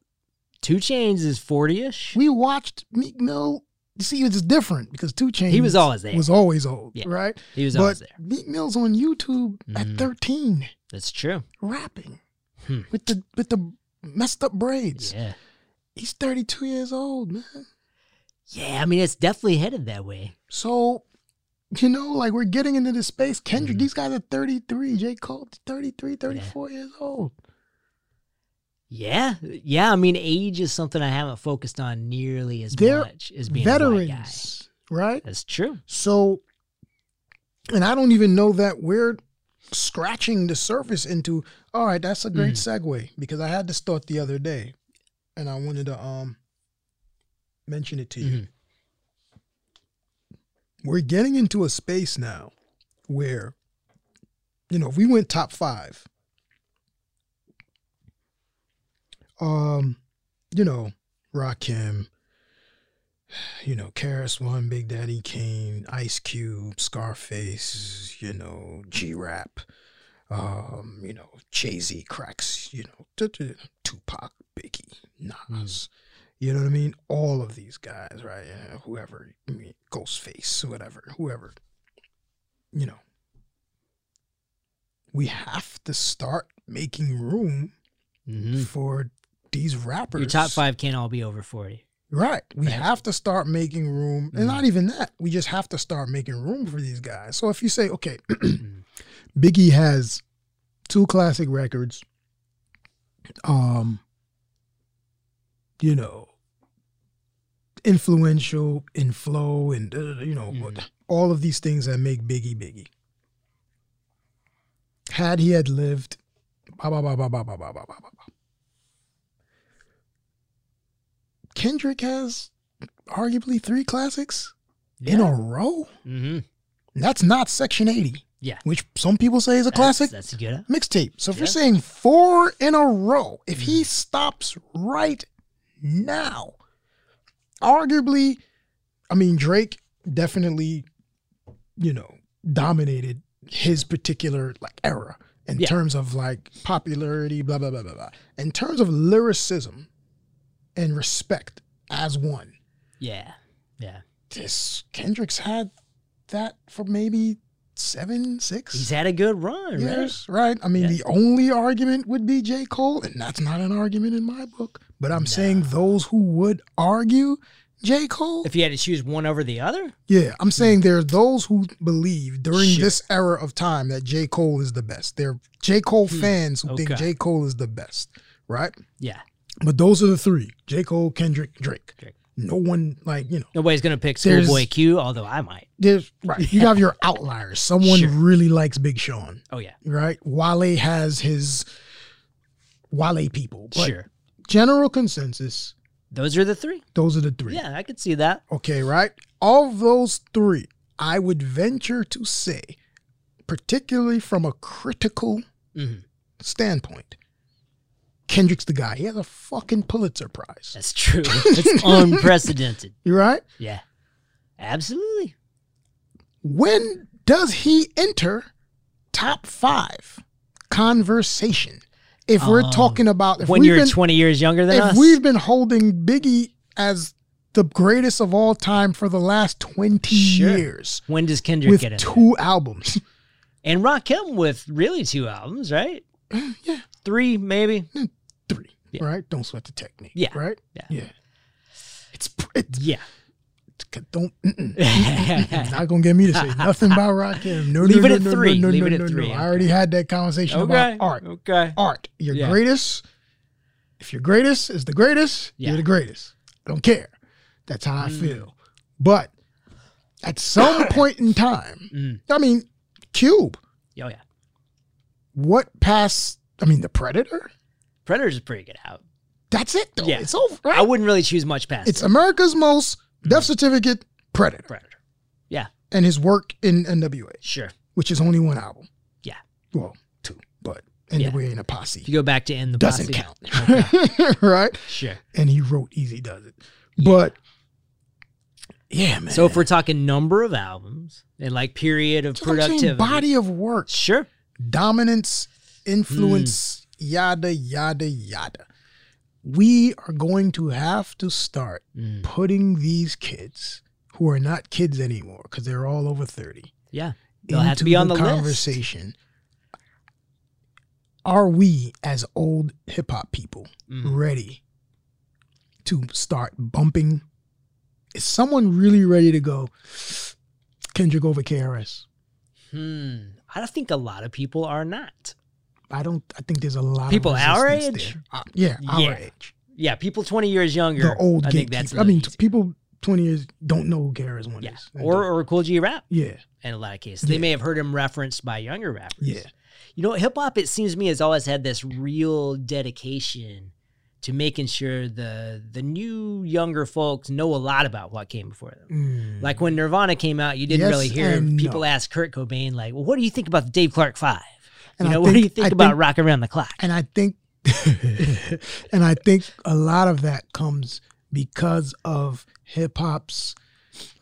S1: Two Chains is forty-ish.
S2: We watched Meek Mill. You see, it's different because Two Chainz
S1: He was always there.
S2: was always old,
S1: Yeah.
S2: right?
S1: He was
S2: but
S1: always there.
S2: Meek Mill's on YouTube
S1: Mhm.
S2: at 13
S1: That's true.
S2: rapping
S1: Hmm.
S2: with the with the messed up braids.
S1: Yeah,
S2: He's 32 years old, man.
S1: yeah. I mean, it's definitely headed that way.
S2: So, you know, like we're getting into this space. Kendrick,
S1: Mhm.
S2: these guys are 33. J. Cole, 33, 34 years old.
S1: Yeah, yeah. I mean, age is something I haven't focused on nearly as
S2: They're
S1: much as being a white guy.
S2: Veterans, right?
S1: That's true.
S2: So, and I don't even know that we're scratching the surface into. All right, that's a great segue because I had this thought the other day, and I wanted to um mention it to you.
S1: Mhm.
S2: We're getting into a space now where, you know, if we went top five, um, you know, Rakim, you know, Karis One, Big Daddy Kane, Ice Cube, Scarface, you know, G Rap, um, you know, Jay Z cracks, you know, duh, duh, duh, Tupac, Biggie,
S1: Hmm.
S2: Nas. You know what I mean? All of these guys, right? Yeah, whoever, I mean, Ghostface, whatever, whoever, you know. We have to start making room
S1: Mhm.
S2: for these rappers.
S1: Your top five can't all be over forty.
S2: Right. We
S1: Right.
S2: have to start making room. And
S1: Mhm.
S2: not even that. We just have to start making room for these guys. So if you say, okay, Biggie has two classic records. Um, you know, influential in flow and uh, you know
S1: Mhm.
S2: all of these things that make Biggie Biggie. Had he had lived, bah, bah, bah, bah, bah, bah, bah, bah, bah, bah, bah. Kendrick has arguably three classics in a row.
S1: Mm-hmm.
S2: And that's not Section eighty,
S1: Yeah.
S2: which some people say is a classic
S1: That's, that's good.
S2: mixtape. So if you're
S1: Yeah. Mm-hmm.
S2: saying four in a row, if he stops right now, arguably, I mean Drake definitely, you know, dominated his particular like era in
S1: Yeah.
S2: terms of like popularity, blah blah blah blah blah. In terms of lyricism and respect as one,
S1: Yeah, yeah.
S2: this Kendrick's had that for maybe seven, six.
S1: He's had a good run, right?
S2: Yes, right. I mean,
S1: Yeah.
S2: the only argument would be J. Cole, and that's not an argument in my book. But I'm saying those who would argue J. Cole,
S1: If you had to choose one over the other,
S2: yeah, I'm saying there are those who believe during
S1: Sure.
S2: this era of time that J. Cole is the best. They're J. Cole fans who think
S1: Hmm. Okay.
S2: J. Cole is the best, right?
S1: yeah,
S2: But those are the three J. Cole, Kendrick, Drake.
S1: Drake.
S2: No one, like, you know,
S1: nobody's gonna pick
S2: There's-
S1: Schoolboy Q. Although I might.
S2: there's right. You have your outliers. Someone
S1: Sure.
S2: really likes Big Sean.
S1: Oh yeah,
S2: right? Wale has his Wale people. But
S1: sure.
S2: General consensus,
S1: Those are the three.
S2: those are the three.
S1: Yeah, I could see that.
S2: Okay, right? Of those three, I would venture to say, particularly from a critical
S1: Mhm.
S2: standpoint, Kendrick's the guy. He has a fucking Pulitzer Prize.
S1: That's true. It's unprecedented.
S2: You right?
S1: Yeah, absolutely.
S2: When does he enter top five conversation? If we're
S1: Um,
S2: talking about if
S1: when
S2: we've
S1: you're
S2: been-
S1: 20 years younger than
S2: if
S1: us,
S2: we've been holding Biggie as the greatest of all time for the last 20
S1: Sure.
S2: years
S1: when does Kendrick get in?
S2: with two albums.
S1: And Rakim with really two albums, right?
S2: yeah,
S1: Three, maybe.
S2: three.
S1: Yeah.
S2: Right? Don't sweat the technique.
S1: Yeah.
S2: Right?
S1: Yeah.
S2: Yeah. It's, it's
S1: Yeah.
S2: don't mm-mm, it's not gonna get me to say nothing about Rakim. No,
S1: Leave
S2: no,
S1: it
S2: no,
S1: at
S2: no,
S1: three.
S2: No, no,
S1: Leave
S2: no,
S1: it at
S2: no, no.
S1: three.
S2: I already had that conversation
S1: okay.
S2: about art.
S1: Okay. Oh,
S2: Art. Your
S1: Yeah.
S2: greatest. If your greatest is the greatest,
S1: Yeah. Mm.
S2: you're the greatest. I don't care. That's how I feel. But at some point in time,
S1: Mm.
S2: I mean, Cube,
S1: Oh yeah,
S2: what past? I mean, the Predator.
S1: Predators is a pretty good out.
S2: That's it, though.
S1: Yeah.
S2: It's over. Right?
S1: I wouldn't really choose much past
S2: it's America's most death certificate Predator,
S1: Mm-hmm. Predator.
S2: and his work in NWA,
S1: Sure.
S2: which is only one album.
S1: Yeah.
S2: Well, two, but
S1: Yeah.
S2: NWA in
S1: If
S2: a
S1: you
S2: posse
S1: go back to end the
S2: doesn't
S1: Posse-
S2: count, right?
S1: Sure.
S2: And he wrote Easy Does It, but yeah, man.
S1: So if we're talking number of albums and like period of
S2: That's what I'm saying,
S1: productivity,
S2: body of work,
S1: sure.
S2: dominance, influence,
S1: Hmm.
S2: yada, yada, yada. We are going to have to start
S1: Mm,
S2: putting these kids who are not kids anymore because they're all over 30
S1: yeah, They'll have to be on the list.
S2: conversation. Are we as old hip hop people
S1: Mm.
S2: ready to start bumping? Is someone really ready to go Kendrick over KRS?
S1: Hmm. I think a lot of people are not.
S2: I don't. I think there's a lot
S1: People
S2: of
S1: our
S2: resistance
S1: age?
S2: there. Uh, yeah, our
S1: Yeah.
S2: age.
S1: Yeah, people twenty years younger.
S2: The old
S1: I think that's.
S2: gatekeeper. I mean,
S1: easy.
S2: t- people 20 years don't know who Garris one
S1: yeah,
S2: is. They
S1: or
S2: don't.
S1: or Cool G Rap
S2: yeah,
S1: in a lot of cases. They
S2: Yeah.
S1: may have heard him referenced by younger rappers.
S2: yeah,
S1: You know, hip hop, it seems to me, has always had this real dedication to making sure the the new younger folks know a lot about what came before them.
S2: Mm.
S1: Like when Nirvana came out, you didn't
S2: Yes
S1: really hear
S2: and
S1: people
S2: no.
S1: ask Kurt Cobain, like, well, what do you think about the Dave Clark Five?
S2: And
S1: you
S2: I
S1: know, what do you
S2: think-
S1: think
S2: I
S1: about
S2: think-
S1: Rock Around the Clock?
S2: and I think, and I think a lot of that comes because of hip hop's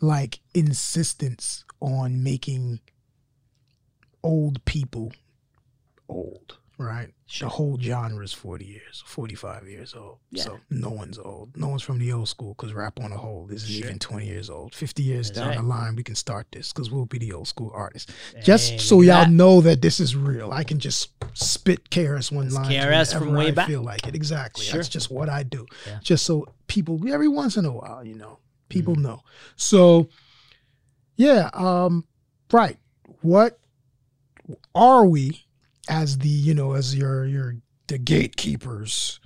S2: like insistence on making old people old, right?
S1: Sure.
S2: The whole genre is 40 years, 45 years old.
S1: Yeah.
S2: So no one's old. No one's from the old school because rap on the whole isn't
S1: Sure.
S2: even 20 years old. 50 years
S1: That's
S2: down
S1: right.
S2: the line, we can start this because we'll be the old school artists. Just
S1: Hey,
S2: so
S1: look
S2: y'all
S1: at that.
S2: know that this is real. I can just spit KRS one
S1: It's
S2: line.
S1: KRS from way
S2: I
S1: back.
S2: feel like it. Exactly.
S1: Sure.
S2: That's just what I do.
S1: Yeah.
S2: Just so people, every once in a while, you know, people
S1: Mm-hmm.
S2: know. So, yeah, um, right. What are we as the you know as your your the gatekeepers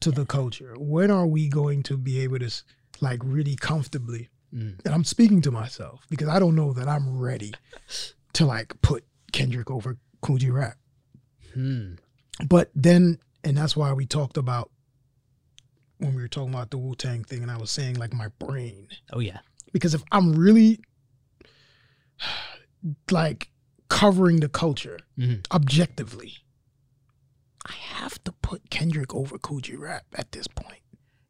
S2: to the culture when are we going to be able to s- like really comfortably
S1: Mm.
S2: and i'm speaking to myself because i don't know that i'm ready to like put kendrick over coogee rap
S1: Hmm.
S2: but then and that's why we talked about when we were talking about the wu-tang thing and i was saying like my brain
S1: Oh, yeah.
S2: because if i'm really like covering the culture
S1: Mhm.
S2: objectively i have to put kendrick over coogee rap at this point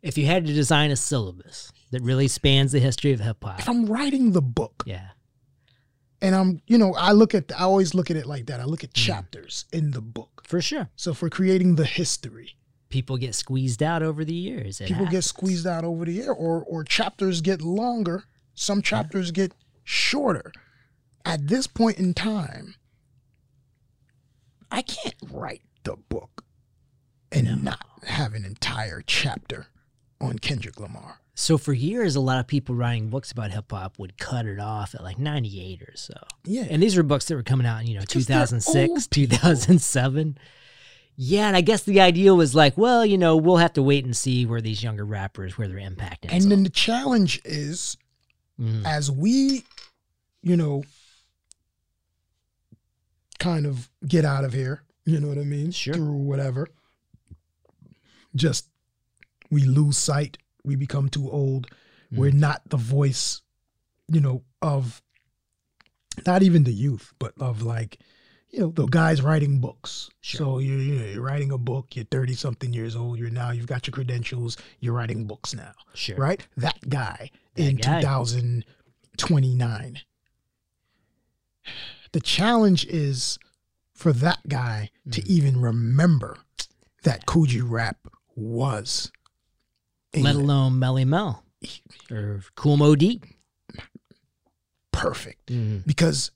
S1: If you had to design a syllabus that really spans the history of hip
S2: if
S1: hop,
S2: i'm writing the book
S1: yeah.
S2: and i'm you know i look at i always look at it like that i look at
S1: Mhm.
S2: chapters in the book
S1: For sure.
S2: so if we're creating the history
S1: People get squeezed out over the years. It
S2: people get
S1: happens.
S2: squeezed out over the air or or chapters get longer some chapters get shorter at this point in time i can't write the book and not have an entire chapter on kendrick lamar
S1: So for years, a lot of people writing books about hip hop would cut it off at like 98 or so.
S2: yeah
S1: And these were books that were coming out in, you know,
S2: Because they're
S1: 2006,
S2: old
S1: 2007. Yeah, and I guess the idea was like, well, you know, we'll have to wait and see where these younger rappers, where they're impacting.
S2: and then the challenge is
S1: Mm-hmm. Mm.
S2: as we you know kind of get out of here you know what i mean
S1: Sure.
S2: through whatever just we lose sight we become too old
S1: Mm.
S2: we're not the voice you know of not even the youth but of like you know the guys writing books
S1: Sure.
S2: so you're, you know, you're writing a book you're 30 something years old you're now you've got your credentials you're writing books now
S1: sure.
S2: right? That guy
S1: That
S2: in
S1: guy.
S2: 2029. The challenge is for that guy
S1: Mhm.
S2: to even remember that Coogee rap was.
S1: Let
S2: England.
S1: alone Melly Mel or Cool Mo Deep.
S2: perfect. Because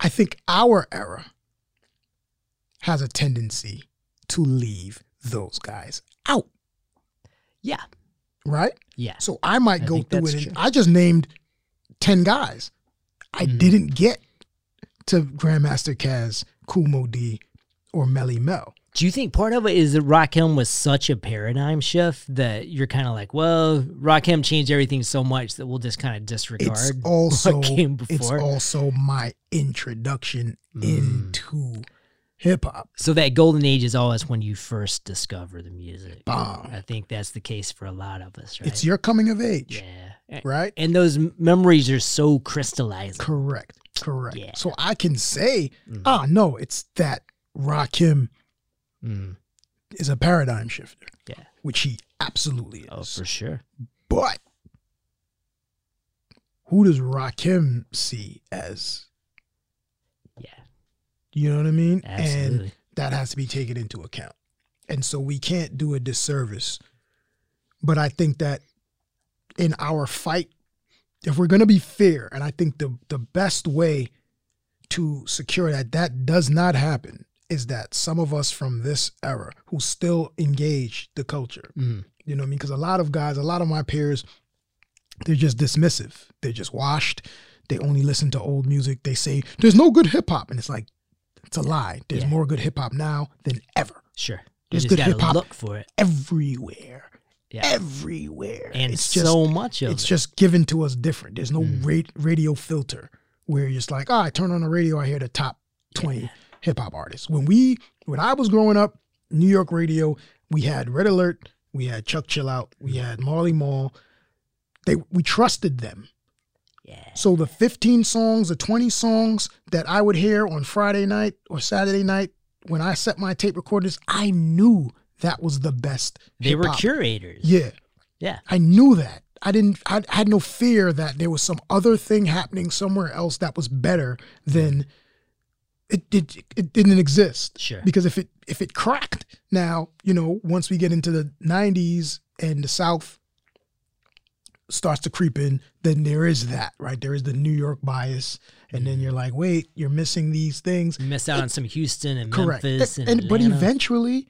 S2: I think our era has a tendency to leave those guys out,
S1: Yeah.
S2: right?
S1: Yeah.
S2: So I might
S1: I
S2: go
S1: think
S2: through
S1: that's
S2: it.
S1: true.
S2: And I just named ten guys. I
S1: Mhm.
S2: didn't get to Grandmaster Caz, Kumo D, or Melly Mel.
S1: Do you think part of it is that Rakim was such a paradigm shift that you're kind of like, well, Rakim changed everything so much that we'll just kind of disregard
S2: It's also
S1: what came
S2: it's
S1: before?
S2: also my introduction
S1: Mm.
S2: into hip hop.
S1: so that golden age is always when you first discover the music.
S2: Bomb.
S1: I think that's the case for a lot of us, right?
S2: Um, It's your coming of age,
S1: yeah. A-
S2: right?
S1: And those m- memories are so crystallizing.
S2: Correct. Correct.
S1: Yeah.
S2: So I can say,
S1: Mm.
S2: ah, no, it's that Rakim
S1: Mm.
S2: is a paradigm shifter.
S1: Yeah.
S2: Which he absolutely is.
S1: Oh, for sure.
S2: But who does Rakim see as?
S1: Yeah,
S2: You know what I mean? And
S1: absolutely.
S2: that has to be taken into account. And so we can't do a disservice. But I think that in our fight, if we're going to be fair, and I think the, the best way to secure that that does not happen is that some of us from this era who still engage the culture,
S1: Mm.
S2: you know what I mean? Because a lot of guys, a lot of my peers, they're just dismissive. They're just washed. They only listen to old music. They say, there's no good hip hop. And it's like, it's a lie. There's
S1: Yeah.
S2: more good hip hop now than ever.
S1: Sure. You
S2: There's
S1: just
S2: good
S1: gotta
S2: hip-hop.
S1: look for it.
S2: Everywhere.
S1: Yeah.
S2: Everywhere.
S1: And
S2: it's just
S1: so much of
S2: it's
S1: it.
S2: just given to us different. There's no
S1: Mm.
S2: ra- radio filter where you're just like, oh, I turn on the radio, I hear the top 20 hip hop artists. When we, when I was growing up, New York radio, we had Red Alert, we had Chuck Chill Out, we
S1: Mm.
S2: had Marley Mall. They, we trusted them.
S1: yeah.
S2: So the 15 songs, the 20 songs that I would hear on Friday night or Saturday night when I set my tape recorders, I knew that was the best.
S1: They were
S2: hip-hop.
S1: curators.
S2: Yeah.
S1: Yeah.
S2: I knew that. I didn't. I I had no fear that there was some other thing happening somewhere else that was better than it. It, it didn't exist.
S1: Sure.
S2: Because if it if it cracked now, you know, once we get into the '90s and the South starts to creep in, then there is that right. There is the New York bias, and then you're like, wait, you're missing these things.
S1: You miss out on some Houston and
S2: Correct.
S1: Memphis
S2: That-
S1: and,
S2: and but
S1: Atlanta.
S2: eventually,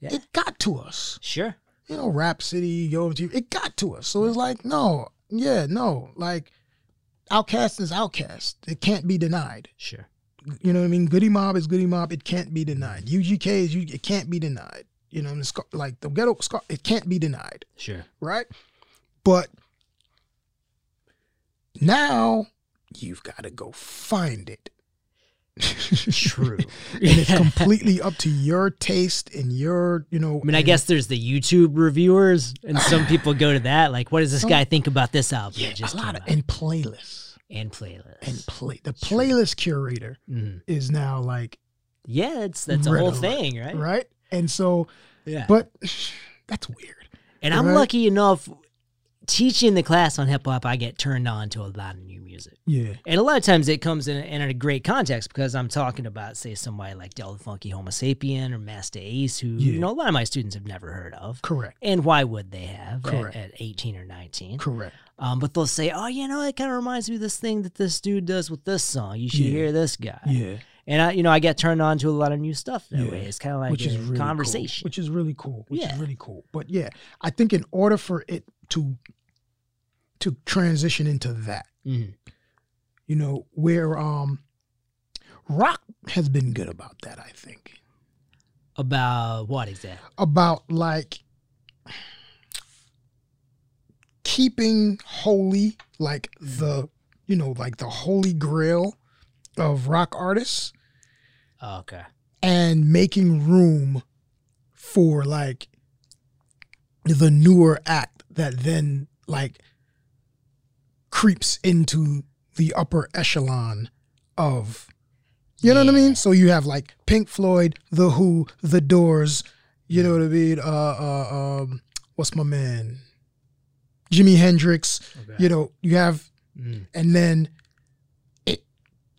S1: Yeah.
S2: it got to us
S1: Sure.
S2: you know, Rap City, Yo, it got to us. So it's like, no, yeah, no, like, Outcast is Outcast. It can't be denied.
S1: Sure.
S2: You know what I mean? Goody Mob is Goody Mob. It can't be denied. UGK is U. It can't be denied. You know, what I mean? Scar- like the ghetto, Scar- it can't be denied,
S1: Sure.
S2: right? But now you've got to go find it.
S1: True.
S2: and it's completely up to your taste and your, you know.
S1: I mean, I guess there's the YouTube reviewers, and some people go to that. Like, what does this
S2: Some-
S1: guy think about this album?
S2: yeah,
S1: that just
S2: a lot
S1: came
S2: of
S1: out?
S2: and playlists.
S1: and playlists.
S2: and play the
S1: Sure.
S2: playlist curator
S1: Mhm.
S2: is now like
S1: Yeah, it's that's a
S2: Red
S1: whole
S2: alert,
S1: thing, right?
S2: right, and so
S1: Yeah.
S2: but that's weird
S1: and I'm
S2: right.
S1: lucky enough teaching the class on hip hop. I get turned on to a lot of new music.
S2: yeah
S1: And a lot of times it comes in, in a great context because I'm talking about, say, somebody like Del Funky Homo Sapien or Master Ace, who
S2: Yeah.
S1: you know a lot of my students have never heard of.
S2: correct
S1: And why would they have at,
S2: Correct.
S1: at 18 or 19?
S2: correct
S1: Um, but they'll say, oh, you know, it kind of reminds me of this thing that this dude does with this song. You should
S2: Yeah.
S1: hear this guy.
S2: yeah
S1: And I, you know, I get turned on to a lot of new stuff that
S2: Yeah.
S1: way. It's kind of like
S2: which
S1: a
S2: is really
S1: conversation.
S2: cool. which is really cool which
S1: Yeah.
S2: is really cool but yeah i think in order for it to to transition into that
S1: Mhm.
S2: you know where um rock has been good about that i think
S1: About what exactly?
S2: about like keeping holy like the you know like the holy grail of rock artists
S1: Oh, okay.
S2: and making room for like the newer act that then like creeps into the upper echelon of you know what I
S1: Yeah.
S2: mean? So you have like Pink Floyd, The Who, The Doors, you know what I mean? Uh uh um what's my man? Jimi Hendrix,
S1: okay.
S2: you know, you have
S1: Mm.
S2: and then it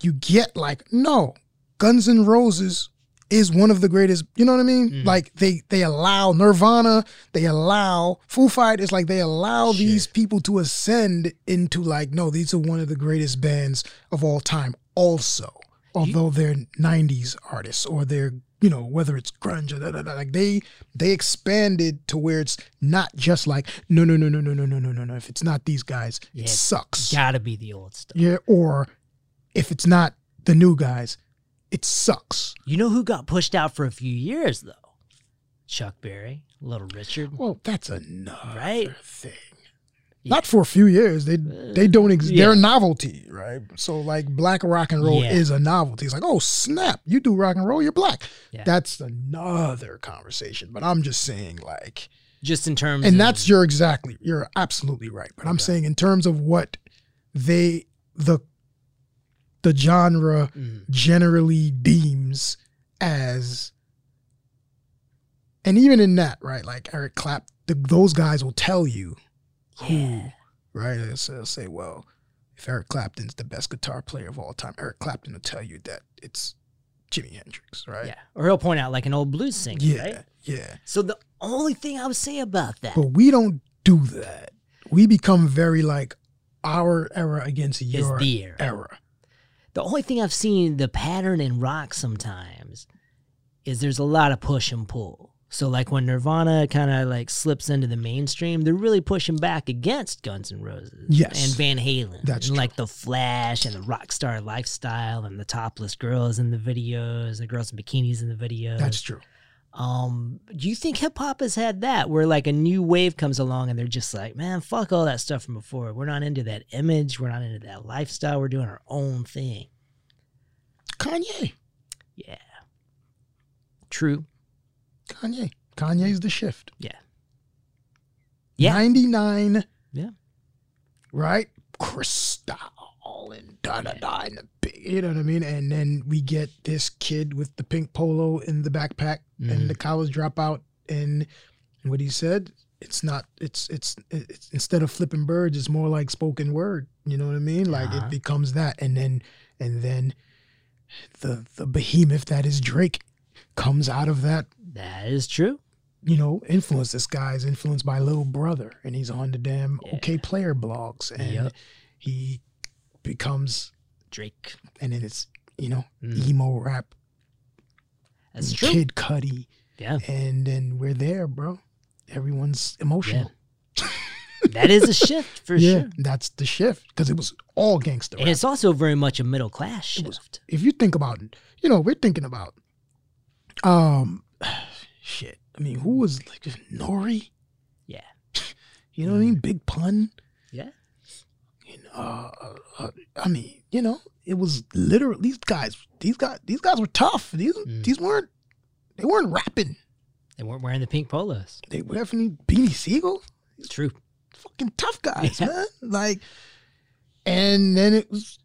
S2: you get like no guns N' roses is one of the greatest you know what i mean
S1: Mhm.
S2: like they they allow nirvana they allow foo fighters like they allow
S1: Sure.
S2: these people to ascend into like no these are one of the greatest bands of all time also although they're 90s artists or they're you know whether it's grunge or da, da, da, like they they expanded to where it's not just like no no no no no no no no no no if it's not these guys
S1: Yeah,
S2: it
S1: it's
S2: sucks
S1: Gotta be the old stuff.
S2: yeah, or if it's not the new guys, It sucks.
S1: You know who got pushed out for a few years though? Chuck Berry, Little Richard.
S2: Well, that's another
S1: Right.
S2: thing.
S1: Yeah. Uh,
S2: Not for a few years. They they don't ex-
S1: yeah.
S2: they're a novelty, right? So like black rock and roll
S1: Yeah.
S2: is a novelty. It's like, oh snap, you do rock and roll, you're black.
S1: Yeah.
S2: That's another conversation. But I'm just saying, like,
S1: Just in terms of-
S2: and that's you're exactly you're absolutely right. But I'm
S1: Okay.
S2: saying in terms of what they the the genre
S1: Mm,
S2: generally deems as and even in that right like eric clap the, those guys will tell you who
S1: Yeah.
S2: right they'll say, they'll say well if eric clapton's the best guitar player of all time eric clapton will tell you that it's jimi hendrix right
S1: yeah. Or he'll point out like an old blues singer,
S2: yeah
S1: right?
S2: yeah
S1: So the only thing I would say about that
S2: but we don't do that we become very like our era against
S1: is
S2: your
S1: the era.
S2: era
S1: The only thing I've seen the pattern in rock sometimes is there's a lot of push and pull. So like when Nirvana kind of like slips into the mainstream, they're really pushing back against Guns N' Roses
S2: Yes.
S1: and Van Halen.
S2: That's
S1: and like the Flash and the rock star lifestyle and the topless girls in the videos, the girls in bikinis in the videos.
S2: that's true
S1: Um, do you think hip hop has had that where like a new wave comes along and they're just like, man, fuck all that stuff from before. We're not into that image. We're not into that lifestyle. We're doing our own thing.
S2: kanye
S1: Yeah. True.
S2: kanye kanye's the shift
S1: Yeah.
S2: 99.
S1: Yeah.
S2: Right? Cristal and da da da and the big, you know what I mean? And then we get this kid with the pink polo in the backpack
S1: Mhm.
S2: and the college dropout and what he said. It's not. It's, it's it's instead of flipping birds, it's more like spoken word. You know what I mean? Like
S1: Uh-huh.
S2: it becomes that, and then and then the the behemoth that is Drake comes out of that
S1: That is true.
S2: you know, influence. This guy is influenced by Little Brother, and he's on the damn
S1: Yeah.
S2: OK Player blogs, and
S1: Yep.
S2: he becomes,
S1: Drake.
S2: and then it's you know
S1: Mm.
S2: emo rap,
S1: That's
S2: and
S1: true.
S2: Kid Cudi,
S1: Yeah.
S2: and then we're there, bro. Everyone's emotional.
S1: That is a shift for
S2: yeah,
S1: sure.
S2: that's the shift because it was all gangster
S1: And
S2: rap.
S1: it's also very much a middle class
S2: It was-
S1: shift.
S2: If you think about, it, you know, we're thinking about, um, shit. I mean, who was like Nori?
S1: Yeah.
S2: You know what I mean? Big pun.
S1: Yeah.
S2: you know, uh, uh, I mean, you know, it was literally these guys. These guys, these guys were tough. These
S1: Mm.
S2: these weren't they weren't rapping.
S1: They weren't wearing the pink polos.
S2: They were definitely Beanie Siegel,
S1: It's true.
S2: fucking tough guys,
S1: Yeah.
S2: man. Like, and then it was.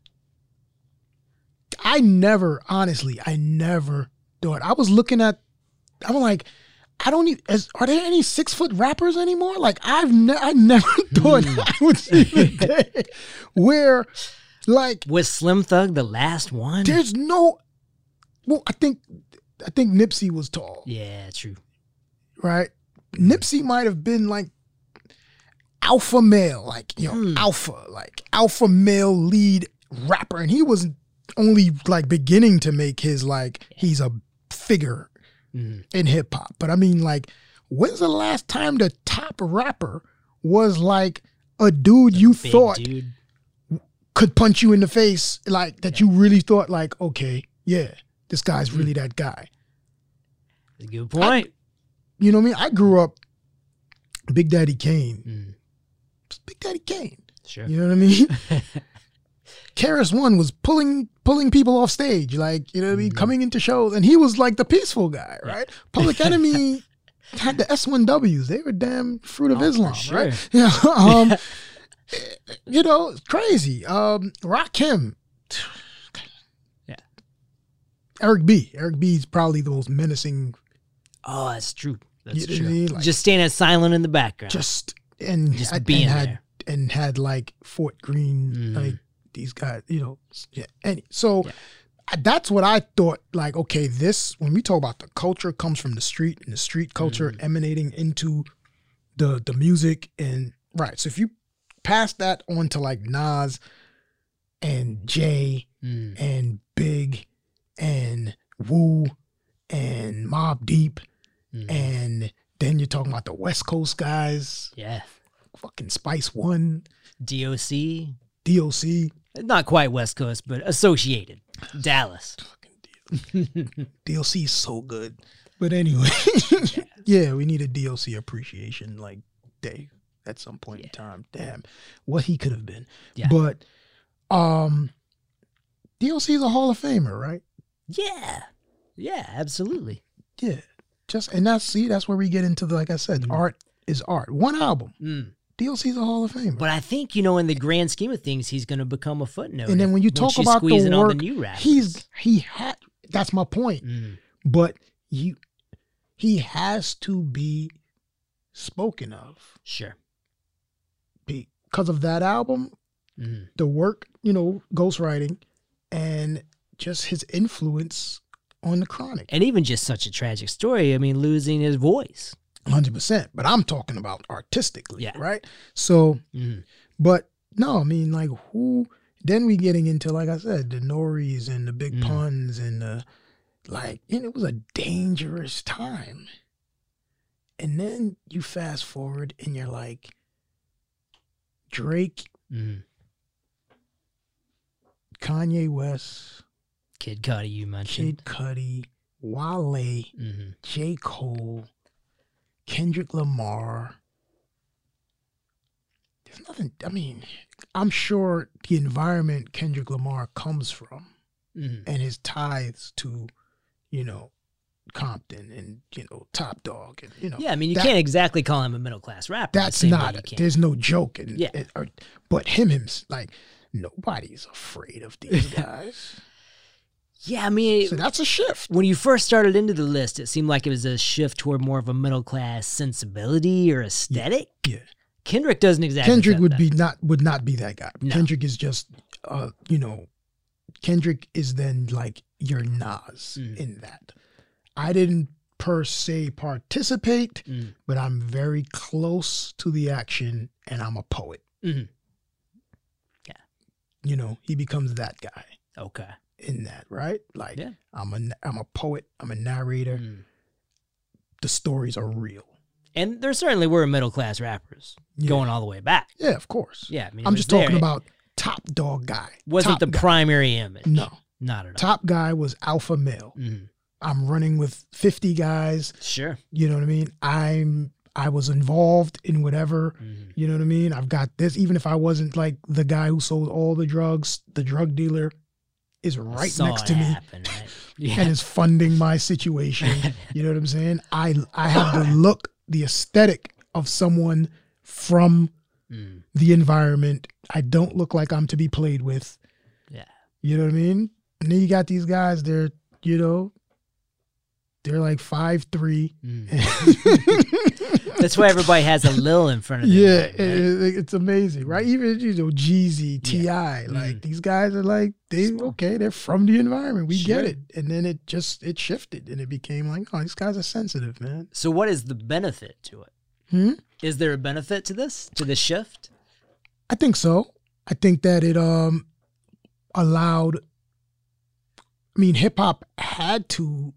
S2: I never, honestly, I never thought I was looking at. I'm like. I don't need. Is, are there any six foot rappers anymore? Like I've ne- I never thought
S1: Mm.
S2: I would see the day where, like,
S1: Was Slim Thug the last one?
S2: There's no. Well, I think I think Nipsey was tall,
S1: yeah, true.
S2: right? Nipsey might have been like alpha male, like you know,
S1: Hmm.
S2: alpha, like alpha male lead rapper, and he was only like beginning to make his like he's a figure
S1: Mm.
S2: in hip hop. But I mean, like, when's the last time the top rapper was like a dude you
S1: Big
S2: thought
S1: dude.
S2: could punch you in the face, like that you really thought, like, okay, yeah, this guy's
S1: Hmm.
S2: really that guy.
S1: That's a good point.
S2: You know what I mean? I grew up Big Daddy Kane.
S1: Mm.
S2: It's Big Daddy Kane.
S1: Sure.
S2: You know what I mean? Karis One was pulling pulling people off stage, like, you know what I mean,
S1: Mhm.
S2: coming into shows, and he was like the peaceful guy,
S1: Yeah.
S2: right? Public Enemy had the S1Ws. They were damn fruit of
S1: Oh, for
S2: Islam,
S1: sure.
S2: right? Yeah. Um you know, it's crazy. Um Rock him.
S1: Yeah.
S2: Eric B. Eric B is probably the most menacing
S1: Oh, that's true.
S2: You
S1: That's
S2: know
S1: true.
S2: what I mean? Like-
S1: just staying as silent in the background.
S2: just and
S1: Just
S2: and
S1: being
S2: had
S1: there.
S2: and had like Fort Greene,
S1: Mm.
S2: like these guys, you know, s- yeah. Any so
S1: Yeah.
S2: I- that's what I thought. Like, okay, this when we talk about the culture comes from the street, and the street culture emanating into the the music, and right. So if you pass that on to like Nas and Jay
S1: Mm.
S2: and Big and Wu and Mob Deep,
S1: Mm.
S2: and then you're talking about the West Coast guys,
S1: yeah.
S2: fucking Spice One,
S1: DOC.
S2: DOC,
S1: Not quite West Coast, but associated. Dallas.
S2: fucking DLC is so good. But anyway, yeah. we need a DLC appreciation like day at some point in
S1: Yeah.
S2: time. Damn, what he could have been.
S1: Yeah.
S2: But um, DLC is a Hall of Famer, right?
S1: Yeah. Yeah, absolutely.
S2: Yeah. Just and that's see, that's where we get into the, like I said,
S1: Mhm.
S2: art is art. One album,
S1: Mm.
S2: DLC is a Hall of Famer.
S1: But I think, you know, in the grand scheme of things, he's going to become a footnote.
S2: and then when you
S1: when
S2: talk
S1: she's
S2: about the
S1: squeezing all the
S2: work,
S1: new rappers.
S2: he's he had. That's my point.
S1: Mm.
S2: but you he has to be spoken of
S1: Sure.
S2: because of that album
S1: Mm.
S2: the work you know ghostwriting and just his influence on the chronic
S1: And even just such a tragic story. I mean, losing his voice.
S2: 100% but i'm talking about artistically
S1: Yeah.
S2: right so
S1: Mm.
S2: but no i mean like who then we getting into like i said the noris and the big
S1: Mm.
S2: puns and the like and it was a dangerous time and then you fast forward and you're like drake
S1: Mm.
S2: kanye west
S1: Kid Cudi, you mentioned.
S2: kid cudi wale
S1: Mm.
S2: j cole kendrick lamar there's nothing i mean i'm sure the environment kendrick lamar comes from
S1: Mm.
S2: and his ties to, you know, Compton and you know Top Dog and you know
S1: Yeah, I mean, you
S2: that-
S1: can't exactly call him a middle class rapper. the
S2: That's
S1: same way
S2: not
S1: you can.
S2: there's no joke in
S1: Yeah.
S2: in- or- but him him's like nobody's afraid of these guys.
S1: Yeah, I mean,
S2: so that's a shift.
S1: when you first started into the list, it seemed like it was a shift toward more of a middle class sensibility or aesthetic.
S2: Yeah.
S1: Kendrick doesn't exactly.
S2: Kendrick
S1: have
S2: would
S1: that.
S2: be not would not be that guy.
S1: No.
S2: Kendrick is just uh you know Kendrick is then like your Nas
S1: Mm.
S2: in that. I didn't per se participate,
S1: Mm.
S2: but I'm very close to the action and I'm a poet.
S1: Mhm. Yeah.
S2: You know, he becomes that guy
S1: Okay.
S2: in that, right? Like
S1: Yeah.
S2: I'm a I'm a poet, I'm a narrator.
S1: Mm.
S2: The stories are real.
S1: And there certainly were middle class rappers
S2: Yeah.
S1: going all the way back.
S2: Yeah, of course.
S1: Yeah, I mean, it
S2: I'm
S1: was
S2: just
S1: there.
S2: talking about top dog guy.
S1: wasn't
S2: Top
S1: the
S2: guy.
S1: primary image.
S2: No.
S1: not at all.
S2: Top guy was alpha male.
S1: Mhm.
S2: I'm running with 50 guys,
S1: Sure.
S2: you know what I mean? I'm I was involved in whatever
S1: Mhm.
S2: You know what I mean? I've got this. Even if I wasn't like the guy who sold all the drugs, the drug dealer is
S1: I
S2: right
S1: saw
S2: next
S1: it
S2: to me
S1: happen, right?
S2: and
S1: Yeah.
S2: is funding my situation. you know what I'm saying? I I have the look, the aesthetic of someone from
S1: Mm.
S2: the environment. I don't look like I'm to be played with.
S1: Yeah.
S2: You know what I mean? And then you got these guys, they're, you know, they're like five three.
S1: Mm. That's why everybody has a Lil in front of them.
S2: Yeah, it, it- it's amazing, right? Even you know Jeezy, Ti, like
S1: Mhm.
S2: these guys are like they
S1: Small.
S2: okay, they're from the environment. We
S1: Sure.
S2: get it, and then it just it shifted, and it became like, oh, these guys are sensitive, man.
S1: So, what is the benefit to it?
S2: Hmm?
S1: Is there a benefit to this, to this shift?
S2: I think so. I think that it um allowed. I mean, hip hop had to,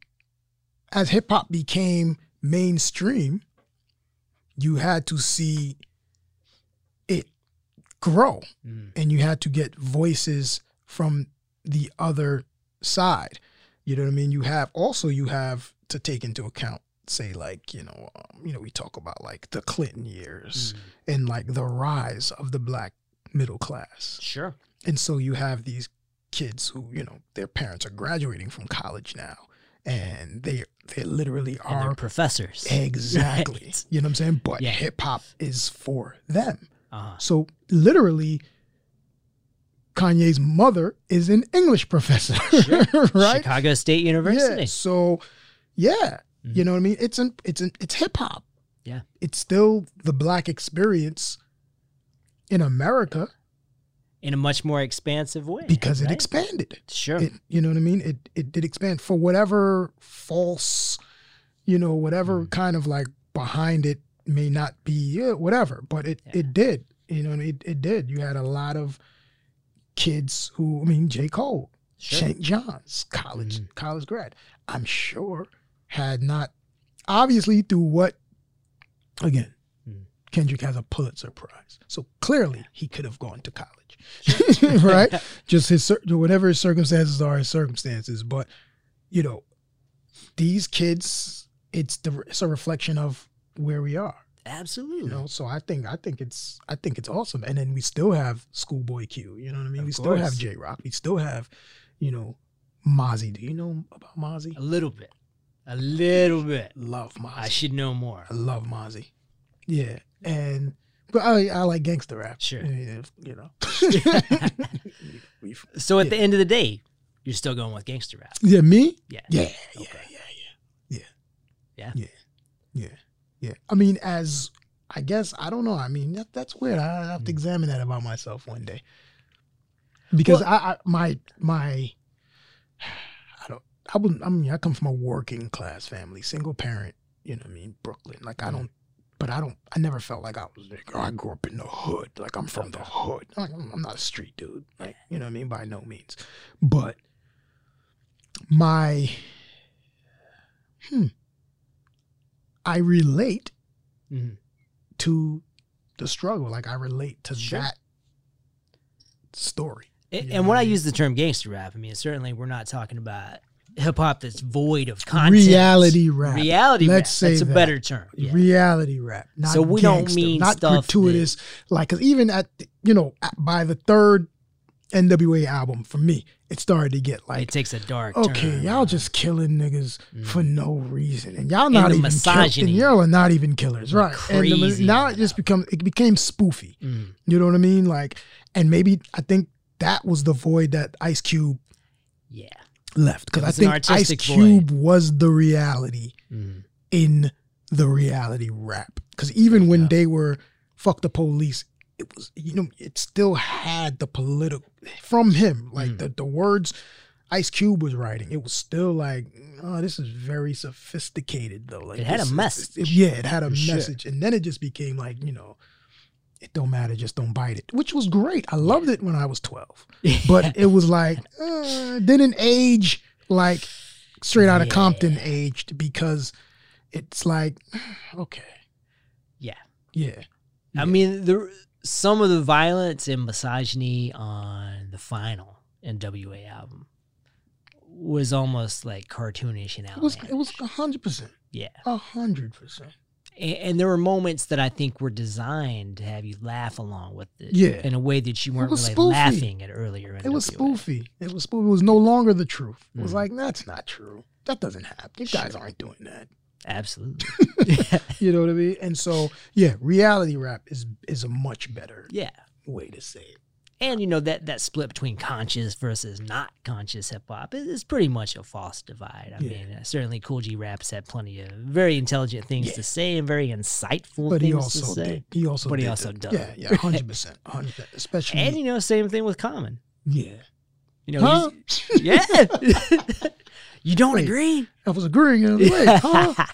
S2: as hip hop became mainstream, you had to see it grow.
S1: Mm.
S2: and you had to get voices from the other side. You know what I mean? You have also you have to take into account, say like you know, um, you know we talk about like the Clinton years
S1: Mm.
S2: and like the rise of the black middle class,
S1: Sure.
S2: and so you have these kids who you know their parents are graduating from college now, and they they literally
S1: And
S2: are
S1: they're professors.
S2: exactly
S1: Right.
S2: you know what I'm saying. But
S1: Yeah.
S2: hip hop is for them.
S1: Uh-huh.
S2: So literally, Kanye's mother is an English professor, right?
S1: Chicago State
S2: Yeah.
S1: University.
S2: So, yeah,
S1: Mhm.
S2: you know what I mean. It's an, it's an, it's hip hop.
S1: Yeah.
S2: it's still the black experience in America
S1: In a much more expansive way.
S2: because it
S1: right?
S2: expanded.
S1: Sure.
S2: It, you know what I mean? It it did expand for whatever false, you know, whatever
S1: Mhm.
S2: kind of like behind it may not be yeah, whatever, but it
S1: Yeah.
S2: it did. You know, it it did. You had a lot of kids who I mean, J. Cole,
S1: sure.
S2: St. John's college
S1: Mhm.
S2: college grad. I'm sure had not obviously through what again.
S1: Mhm.
S2: Kendrick has a Pulitzer Prize, so clearly he could have gone to college,
S1: Sure.
S2: right? just his cir- whatever his circumstances are his circumstances but you know, these kids, it's the it's a reflection of where we are.
S1: Absolutely.
S2: You know, so I think I think it's I think it's awesome. And then we still have Schoolboy Q. You know what I mean?
S1: Of
S2: we still have
S1: course.
S2: J Rock. We still have, you know, Mozzie. Do you know about Mozzie?
S1: A little bit. A little bit.
S2: love Mozzie.
S1: I should know more.
S2: I love Mozzie. Yeah, and but I I like gangster rap.
S1: Sure.
S2: Yeah, you know. We've-
S1: So at
S2: Yeah.
S1: the end of the day, you're still going with gangster rap.
S2: yeah, me.
S1: Yeah.
S2: Yeah, yeah,
S1: Okay.
S2: yeah, yeah,
S1: Yeah.
S2: yeah, yeah, yeah, yeah. I mean, as I guess I don't know. I mean, that, that's weird. I I'll have to
S1: Mm.
S2: examine that about myself one day because
S1: Well-
S2: I, I my my I don't I wouldn't I mean I come from a working class family, single parent. You know what I mean, Brooklyn. Like I
S1: Mhm.
S2: don't. But I don't. I never felt like I was like oh, I grew up in the hood. Like I'm from the hood. Like, I'm I'm not a street dude. Like you know what I mean. By no means. But my hmm i relate
S1: Mhm.
S2: to the struggle like i relate to
S1: Sure.
S2: that story
S1: A-
S2: You
S1: And,
S2: know what
S1: when
S2: I
S1: I
S2: mean?
S1: use the term gangster rap, I mean certainly we're not talking about hip hop that's void of content.
S2: reality rap
S1: Reality
S2: Let's
S1: rap.
S2: say
S1: that's a
S2: that.
S1: better term. Yeah.
S2: reality rap not
S1: So we don't
S2: gangster,
S1: mean
S2: not
S1: stuff
S2: gratuitous like 'cause even at the- you know at- by the third nwa album for me it started to get
S1: it
S2: like
S1: takes a dark
S2: okay
S1: turn.
S2: y'all just killing niggas
S1: Mm.
S2: for no reason, and y'all
S1: And
S2: not
S1: the
S2: even kill-
S1: misogyny.
S2: and y'all are not even killers,
S1: Like
S2: right? And the mi-
S1: crazy
S2: now
S1: on
S2: it
S1: that
S2: just become it became spoofy.
S1: Mm.
S2: You know what I mean? Like, and maybe I think that was the void that Ice Cube
S1: Yeah.
S2: left
S1: It
S2: because I
S1: was an
S2: think Ice
S1: artistic
S2: Cube was the reality
S1: Mm.
S2: in the reality rap. Because even when
S1: Yeah.
S2: they were fuck the police, it was you know it still had the political from him like
S1: Mm.
S2: the the words Ice Cube was writing. It was still like oh this is very sophisticated though. Like
S1: It had a
S2: this is-
S1: message.
S2: it- yeah, it had a
S1: For sure.
S2: message, and then it just became like you know. It don't matter, just don't bite it. Which was great. I loved it when I was twelve, but it was like uh, didn't age like straight out of
S1: Yeah.
S2: Compton aged because it's like okay,
S1: Yeah.
S2: yeah,
S1: I
S2: Yeah.
S1: mean, the some of the violence and misogyny on the final NWA album was almost like cartoonish and
S2: it was
S1: outlandish.
S2: it was a hundred percent,
S1: yeah.
S2: a hundred percent.
S1: And, and there were moments that I think were designed to have you laugh along with it,
S2: Yeah.
S1: in a way that you weren't really
S2: was spoofy.
S1: laughing at earlier.
S2: It was
S1: NWA.
S2: spoofy. It was spoofy. It was no longer the truth. It was
S1: Mhm.
S2: like that's not true. That doesn't happen. You guys
S1: Sure.
S2: aren't doing that.
S1: Absolutely.
S2: You know what I mean? And so yeah, reality rap is is a much better
S1: yeah.
S2: way to say it.
S1: And you know that that split between conscious versus not conscious hip hop is, is pretty much a false divide. I
S2: Yeah.
S1: mean, uh, certainly Cool G Raps had plenty of very intelligent things
S2: Yeah.
S1: to say and very insightful
S2: But
S1: things
S2: he
S1: to
S2: also
S1: say.
S2: did. He also
S1: But he
S2: did
S1: also
S2: the-
S1: done.
S2: Yeah, yeah, hundred percent, hundred percent. Especially
S1: And you know, same thing with Common.
S2: yeah.
S1: You know, he's- yeah. you don't
S2: Wait.
S1: agree.
S2: I was agreeing. I was like, huh?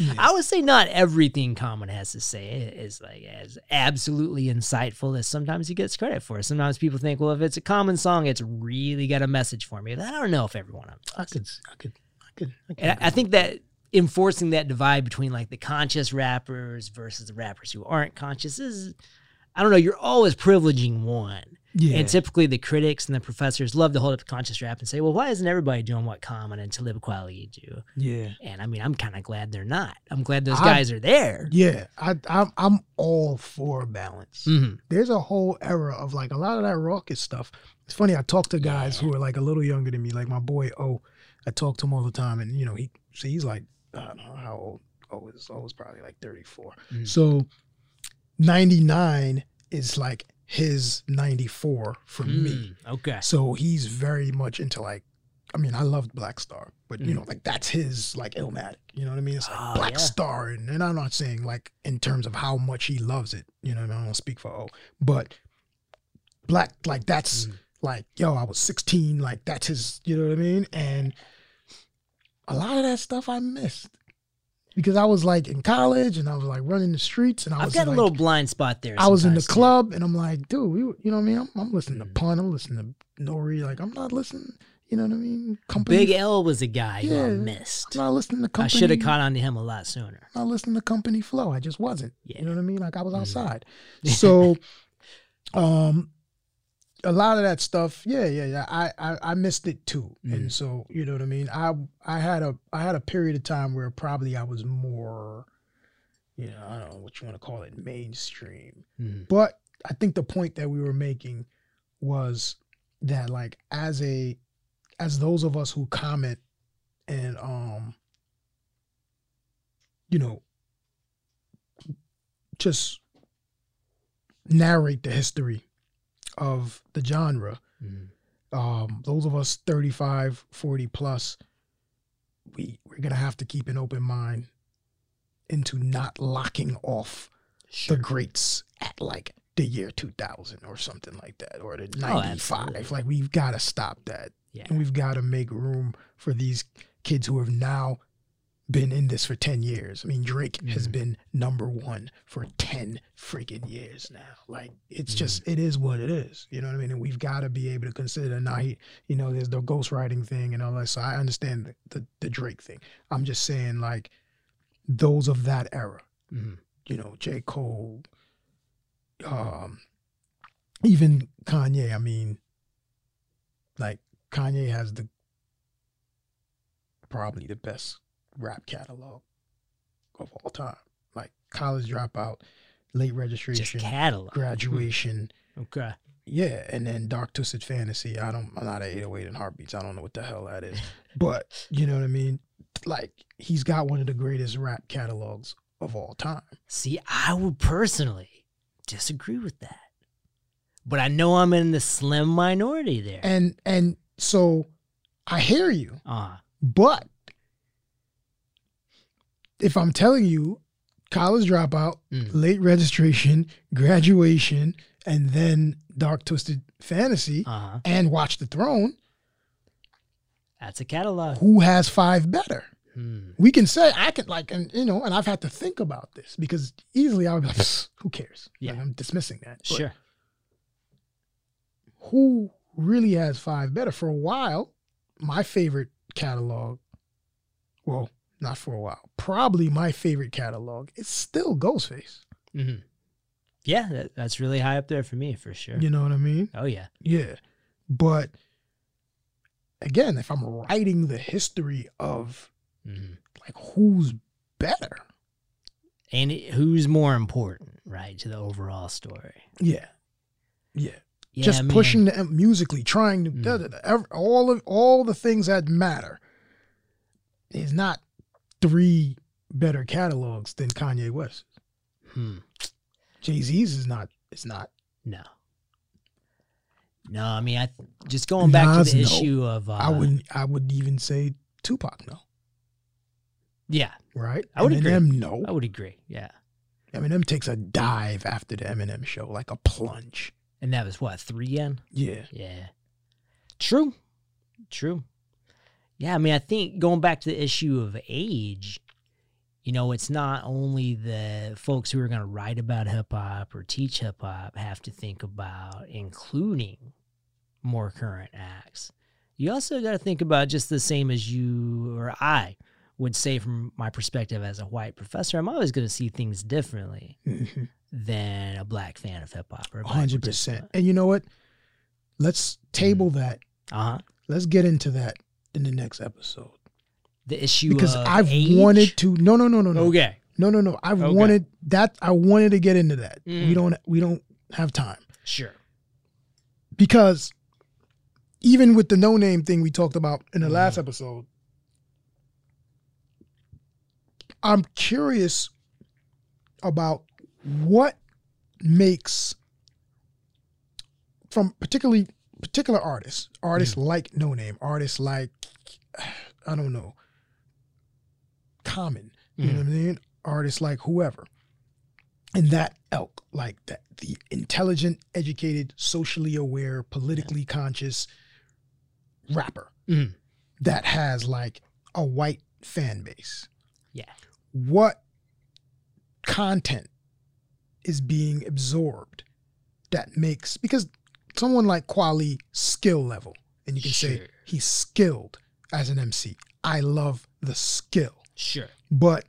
S2: Yeah.
S1: I would say not everything Common has to say is like as absolutely insightful as sometimes he gets credit for. Sometimes people think, well, if it's a Common song, it's really got a message for me. I don't know if everyone.
S2: I could, I could, I could. I could
S1: And I, I think that enforcing that divide between like the conscious rappers versus the rappers who aren't conscious is, I don't know, you're always privileging one.
S2: yeah,
S1: And typically, the critics and the professors love to hold up to conscious rap and say, "Well, why isn't everybody doing what Common and Talib Kweli do?"
S2: yeah,
S1: And I mean, I'm kind of glad they're not. I'm glad those
S2: I-
S1: guys are there.
S2: yeah. I, I'm, I'm all for balance.
S1: Mhm.
S2: There's a whole era of like a lot of that raucous stuff. It's funny. I talk to guys who are like a little younger than me, like my boy O. I talk to him all the time, and you know, he, so he's like, I don't know how old. O is. O is probably like 34.
S1: Mm.
S2: So, 99 is like his 94 for me.
S1: Mm, Okay.
S2: So he's very much into like, I mean, I loved Black Star, but you
S1: Mhm.
S2: know, like that's his like Illmatic. You know what I mean? It's like
S1: Oh,
S2: Black
S1: yeah.
S2: Star, and, and I'm not saying like in terms of how much he loves it. You know, what I, mean? I don't speak for O, but Black like that's
S1: Mhm.
S2: like yo, I was 16, like that's his. You know what I mean? And a lot of that stuff I missed because I was like in college and I was like running the streets and I
S1: I've
S2: was
S1: got
S2: like,
S1: a little blind spot there.
S2: I was in the
S1: sometimes, too.
S2: club and I'm like, dude, we, you know what I mean? I'm, I'm listening
S1: Mhm.
S2: to Pun, I'm listening to Nori, like I'm not listening, you know what I mean? Company,
S1: Big L was a guy who I
S2: Yeah.
S1: missed.
S2: I'm not listening to
S1: I
S2: company.
S1: should have caught on to him a lot sooner.
S2: I'm not listening to company flow. I just wasn't.
S1: Yeah. Mm.
S2: You know what I mean? Like I was
S1: Mhm.
S2: outside. So, um, a lot of that stuff, yeah, yeah, yeah. I, I, I missed it too,
S1: Mm.
S2: and so you know what I mean. I I had a I had a period of time where probably I was more, you know, I don't know what you want to call it, mainstream.
S1: Mhm.
S2: But I think the point that we were making was that like as a as those of us who comment and um you know just narrate the history of the genre
S1: Mhm.
S2: um those of us 35 40 plus we we're going to have to keep an open mind into not locking off
S1: Sure.
S2: the greats at like Oh, the year 2000 or something like that or the 95
S1: absolutely.
S2: like we've got to stop that
S1: Yeah.
S2: and we've got to make room for these kids who have now been in this for 10 years i mean drake has
S1: Mhm.
S2: been number one for 10 freaking years now like it's just it is what it is you know what i mean and we've got to be able to consider now he you know there's the ghostwriting thing and all that so i understand the, the, the drake thing i'm just saying like those of that era
S1: Mhm.
S2: you know, J. Cole, um, even Kanye. I mean, like Kanye has the probably the best rap catalog of all time. Like college dropout, late
S1: Just
S2: registration,
S1: catalog.
S2: graduation.
S1: Okay.
S2: Yeah, and then Dark Twisted Fantasy. I don't. I'm not an 808 and Heartbeats. I don't know what the hell that is, but you know what I mean. Like he's got one of the greatest rap catalogs of all time.
S1: See, I would personally disagree with that. But I know I'm in the slim minority there.
S2: and and so i hear you
S1: Ah,
S2: but if i'm telling you college dropout
S1: Mm.
S2: late registration graduation and then dark twisted fantasy
S1: uh-huh.
S2: and watch the throne
S1: That's a catalog.
S2: who has five better
S1: Hmm.
S2: we can say i could like and you know and i've had to think about this because easily i would be like "Pfft, who cares Like,
S1: Yeah.
S2: i'm dismissing that But
S1: Sure.
S2: who really has five better for a while my favorite catalog well not for a while probably my favorite catalog is still ghostface
S1: hmm Yeah, that, that's really high up there for me, for sure.
S2: you know what i mean
S1: Oh, yeah.
S2: yeah but again if i'm writing the history of
S1: hmm
S2: like who's better
S1: And it, who's more important, right, to the overall story?
S2: yeah yeah
S1: Yeah,
S2: just
S1: man.
S2: pushing the em- musically, trying to
S1: Mm.
S2: da- da- da, ev- all of all the things that matter. There's not three better catalogs than Kanye West.
S1: Hmm.
S2: Jay Z's is not. It's not.
S1: No. No, I mean, I just going back
S2: Nas,
S1: to the
S2: no.
S1: issue of. Uh,
S2: I wouldn't. I would even say Tupac. No.
S1: Yeah,
S2: Right.
S1: I would agree.
S2: Eminem. No.
S1: I would agree. Yeah.
S2: Eminem takes a dive after the Eminem show, like a plunge.
S1: And that was what, 3N?
S2: Yeah.
S1: Yeah. True. True. Yeah, I mean, I think going back to the issue of age, you know, it's not only the folks who are going to write about hip hop or teach hip hop have to think about including more current acts. You also got to think about just the same as you or I would say from my perspective as a white professor, I'm always going to see things differently
S2: Mhm.
S1: than a black fan of hip hop or
S2: A Hundred percent. And you know what? Let's table that.
S1: Uh huh.
S2: Let's get into that in the next episode.
S1: the issue
S2: because
S1: of
S2: I've
S1: age?
S2: wanted to. No, no, no, no, no.
S1: Okay.
S2: No, no, no. I
S1: Okay.
S2: wanted that. I wanted to get into that.
S1: Mm.
S2: We don't. We don't have time
S1: Sure.
S2: because even with the no name thing we talked about in the
S1: Mm.
S2: last episode, I'm curious about what makes from particularly particular artists,
S1: Mm.
S2: artists like no name, artists like I don't know, common. You
S1: Mm-hmm.
S2: know what I mean? Artists like whoever. And that elk, like that, the intelligent, educated, socially aware, politically conscious rapper
S1: Mhm.
S2: that has like a white fan base.
S1: Yeah.
S2: What content is being absorbed that makes because someone like Quali skill level, and you can
S1: Sure.
S2: say he's skilled as an MC. I love the skill.
S1: Sure.
S2: But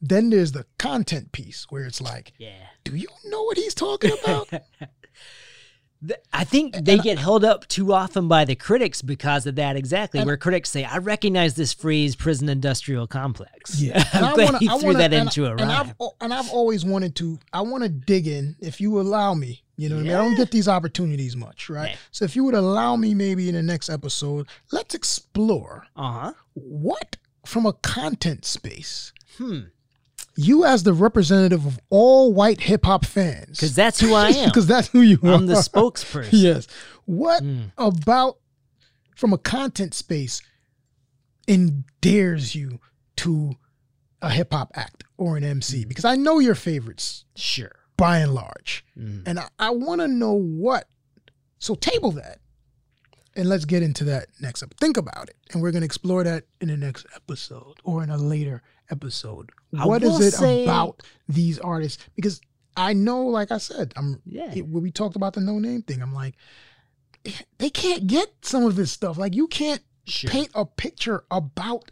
S2: then there's the content piece where it's like,
S1: Yeah.
S2: do you know what he's talking about?
S1: Th- I think they get held up too often by the critics because of that exactly, where critics say, I recognize this phrase prison industrial complex.
S2: Yeah.
S1: I'm glad he threw that
S2: and,
S1: into a
S2: and I've,
S1: rhyme.
S2: al- and I've always wanted to, I want to dig in if you allow me. You know what I mean? I don't get these opportunities much, right?
S1: Yeah.
S2: So if you would allow me maybe in the next episode, let's explore
S1: Uh huh.
S2: what from a content space,
S1: Hmm.
S2: you as the representative of all white hip hop fans.
S1: Because that's who I am.
S2: Because that's who you are.
S1: I'm the spokesperson.
S2: yes. What
S1: Mm.
S2: about from a content space endears you to a hip hop act or an
S1: Mm-hmm.
S2: MC? Because I know your favorites
S1: Sure.
S2: by and large.
S1: Mm.
S2: And I, I want to know what. So table that. And let's get into that next up. Think about it. And we're going to explore that in the next episode or in a later episode.
S1: I
S2: What is
S1: will
S2: it
S1: say-
S2: about these artists? Because I know, like I said, I'm
S1: Yeah.
S2: it- when we talked about the no name thing, I'm like, "Eh, they can't get some of this stuff. Like you can't
S1: Sure.
S2: paint a picture about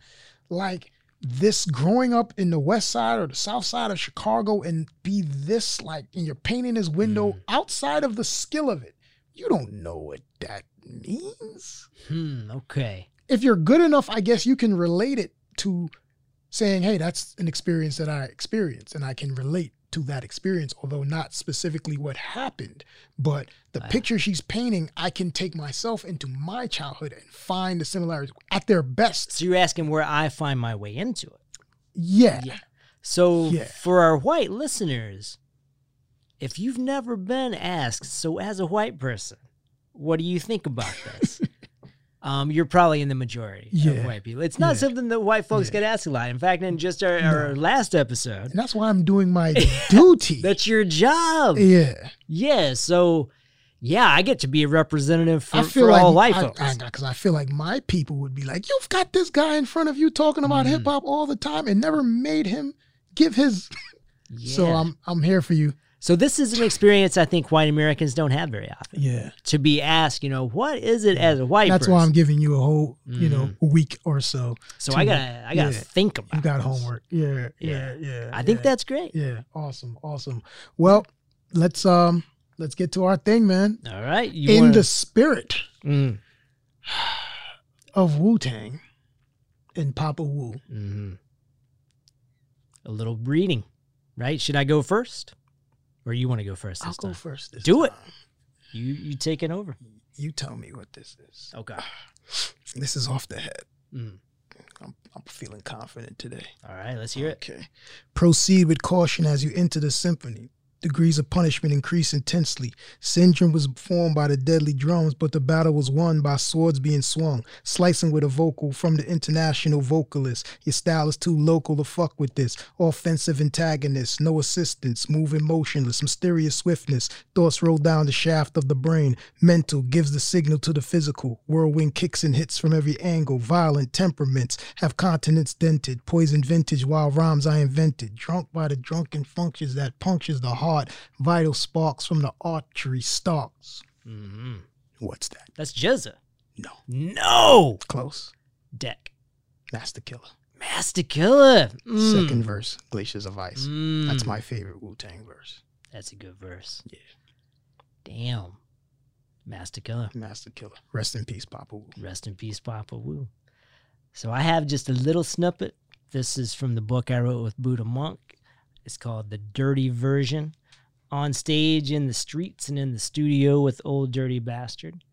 S2: like this growing up in the west side or the south side of Chicago and be this like and you're painting this window outside of the skill of it. You don't know what that means.
S1: Hmm. Okay.
S2: If you're good enough, I guess you can relate it to saying, hey, that's an experience that I experienced and I can relate to that experience, although not specifically what happened. But the
S1: Wow.
S2: picture she's painting, I can take myself into my childhood and find the similarities at their best.
S1: So you're asking where I find my way into it.
S2: Yeah.
S1: Yeah. So
S2: Yeah.
S1: for our white listeners, if you've never been asked, so as a white person, what do you think about this? um, you're probably in the majority
S2: Yeah.
S1: of white people. It's not
S2: Yeah.
S1: something that white folks get asked a lot. In fact, in just our, our last episode,
S2: And that's why I'm doing my duty.
S1: that's your job.
S2: yeah.
S1: Yeah. So, yeah, I get to be a representative for,
S2: I feel
S1: for
S2: like
S1: all white
S2: I,
S1: folks.
S2: because I, feel like my people would be like, "You've got this guy in front of you talking about
S1: Mhm.
S2: hip hop all the time, and never made him give his."
S1: yeah.
S2: So I'm I'm here for you.
S1: so this is an experience I think white Americans don't have very often.
S2: Yeah,
S1: To be asked, you know, what is it as a white
S2: that's
S1: person?
S2: why I'm giving you a whole you know week or so.
S1: So
S2: to-
S1: I gotta, I gotta
S2: yeah.
S1: think about.
S2: You got
S1: this.
S2: homework. Yeah,
S1: Yeah.
S2: yeah, yeah.
S1: I think
S2: yeah.
S1: that's great.
S2: yeah, awesome, awesome. Well, let's um let's get to our thing, man.
S1: All right, you
S2: in
S1: wanna-
S2: the spirit
S1: Mm,
S2: of Wu Tang and Papa Wu.
S1: mhm. a little reading, right? Should I go first, or you want to go 1st
S2: I'll
S1: this
S2: go
S1: time?
S2: first. This
S1: Do it.
S2: time.
S1: You you taking over?
S2: You tell me what this is.
S1: Okay.
S2: This is off the head.
S1: Mm.
S2: I'm, I'm feeling confident today.
S1: All right, let's hear it.
S2: Okay. Proceed with caution as you enter the symphony. Degrees of punishment increase intensely. Syndrome was formed by the deadly drums, but the battle was won by swords being swung. Slicing with a vocal from the international vocalist. Your style is too local to fuck with this. Offensive antagonist, no assistance, moving motionless, mysterious swiftness. Thoughts roll down the shaft of the brain. Mental gives the signal to the physical. Whirlwind kicks and hits from every angle. Violent temperaments have continents dented. Poison vintage wild rhymes I invented. Drunk by the drunken functions that punctures the heart. Vital sparks from the archery stalks.
S1: hmm
S2: What's that?
S1: That's Jezza.
S2: No.
S1: No
S2: Close.
S1: deck.
S2: That's the killer.
S1: Master Killer. Mm.
S2: Second verse, Glaciers of Ice.
S1: Mm.
S2: That's my favorite Wu Tang verse.
S1: That's a good verse.
S2: Yeah.
S1: Damn. Master Killer.
S2: Master Killer. Rest in peace, Papa Wu.
S1: Rest in peace, Papa Wu. So I have just a little snippet. This is from the book I wrote with Buddha Monk. It's called The Dirty Version. On stage, in the streets, and in the studio with Old Dirty Bastard.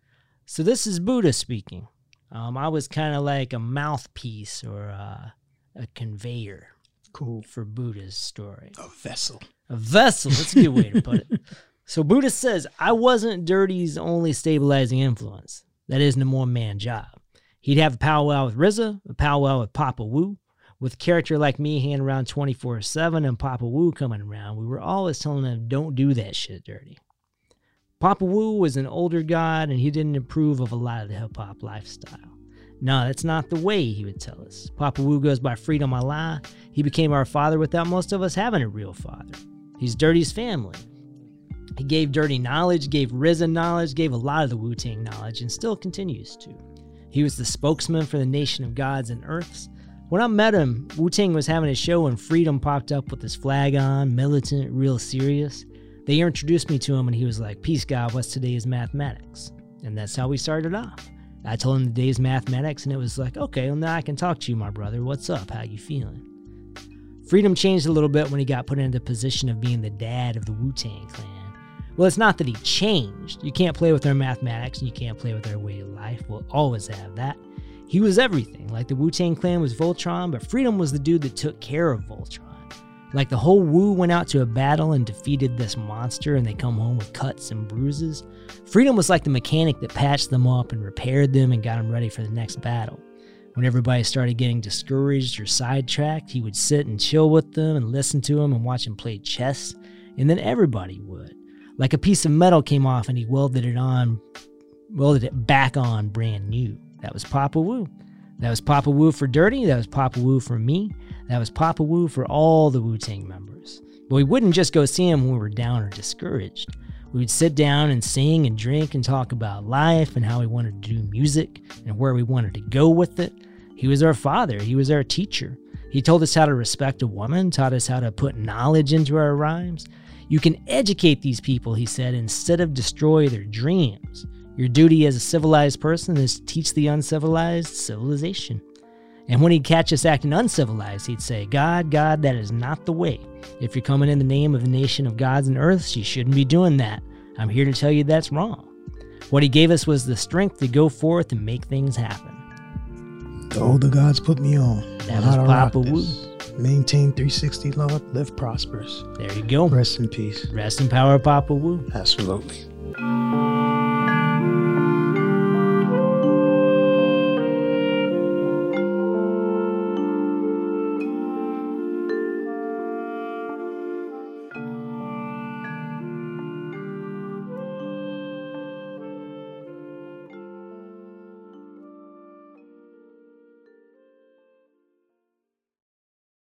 S1: So this is Buddha speaking. Um, I was kind of like a mouthpiece or uh, a conveyor
S2: Cool.
S1: for Buddha's story.
S2: A vessel.
S1: A vessel. That's a good way to put it. So Buddha says, I wasn't Dirty's only stabilizing influence. That is no more man job. He'd have a powwow with RZA, a powwow with Papa Wu. With a character like me hanging around 24-7 and Papa Wu coming around, we were always telling him, don't do that shit, Dirty. Papa Wu was an older god and he didn't approve of a lot of the hip hop lifestyle. No, that's not the way, he would tell us. Papa Wu goes by Freedom Allah. He became our father without most of us having a real father. He's Dirty's family. He gave Dirty knowledge, gave Risen knowledge, gave a lot of the Wu Tang knowledge, and still continues to. He was the spokesman for the nation of gods and earths. When I met him, Wu Tang was having a show and Freedom popped up with his flag on, militant, real serious. They introduced me to him, and he was like, "Peace, God. What's today is mathematics," and that's how we started off. I told him the day's mathematics, and it was like, "Okay, well now I can talk to you, my brother. What's up? How you feeling?" Freedom changed a little bit when he got put into the position of being the dad of the Wu Tang Clan. Well, it's not that he changed. You can't play with their mathematics and you can't play with their way of life. We'll always have that. He was everything. Like the Wu Tang Clan was Voltron, but Freedom was the dude that took care of Voltron. Like the whole Wu went out to a battle and defeated this monster and they come home with cuts and bruises. Freedom was like the mechanic that patched them up and repaired them and got them ready for the next battle. When everybody started getting discouraged or sidetracked, he would sit and chill with them and listen to them and watch them play chess, and then everybody would. Like a piece of metal came off and he welded it on, welded it back on brand new. That was Papa Wu. That was Papa Wu for Dirty. That was Papa Wu for me. That was Papa Wu for all the Wu Tang members. But we wouldn't just go see him when we were down or discouraged. We would sit down and sing and drink and talk about life and how we wanted to do music and where we wanted to go with it. He was our father, he was our teacher. He told us how to respect a woman, taught us how to put knowledge into our rhymes. You can educate these people, he said, instead of destroy their dreams. Your duty as a civilized person is to teach the uncivilized civilization. And when he'd catch us acting uncivilized, he'd say, God, God, that is not the way. If you're coming in the name of the nation of gods and earths, you shouldn't be doing that. I'm here to tell you that's wrong. What he gave us was the strength to go forth and make things happen.
S2: The older gods put me on.
S1: That
S2: on
S1: was
S2: how to rock
S1: Papa Wu.
S2: this. Maintain 360, Lord. Live prosperous.
S1: There you go.
S2: Rest in peace.
S1: Rest in power, Papa Wu.
S2: Absolutely.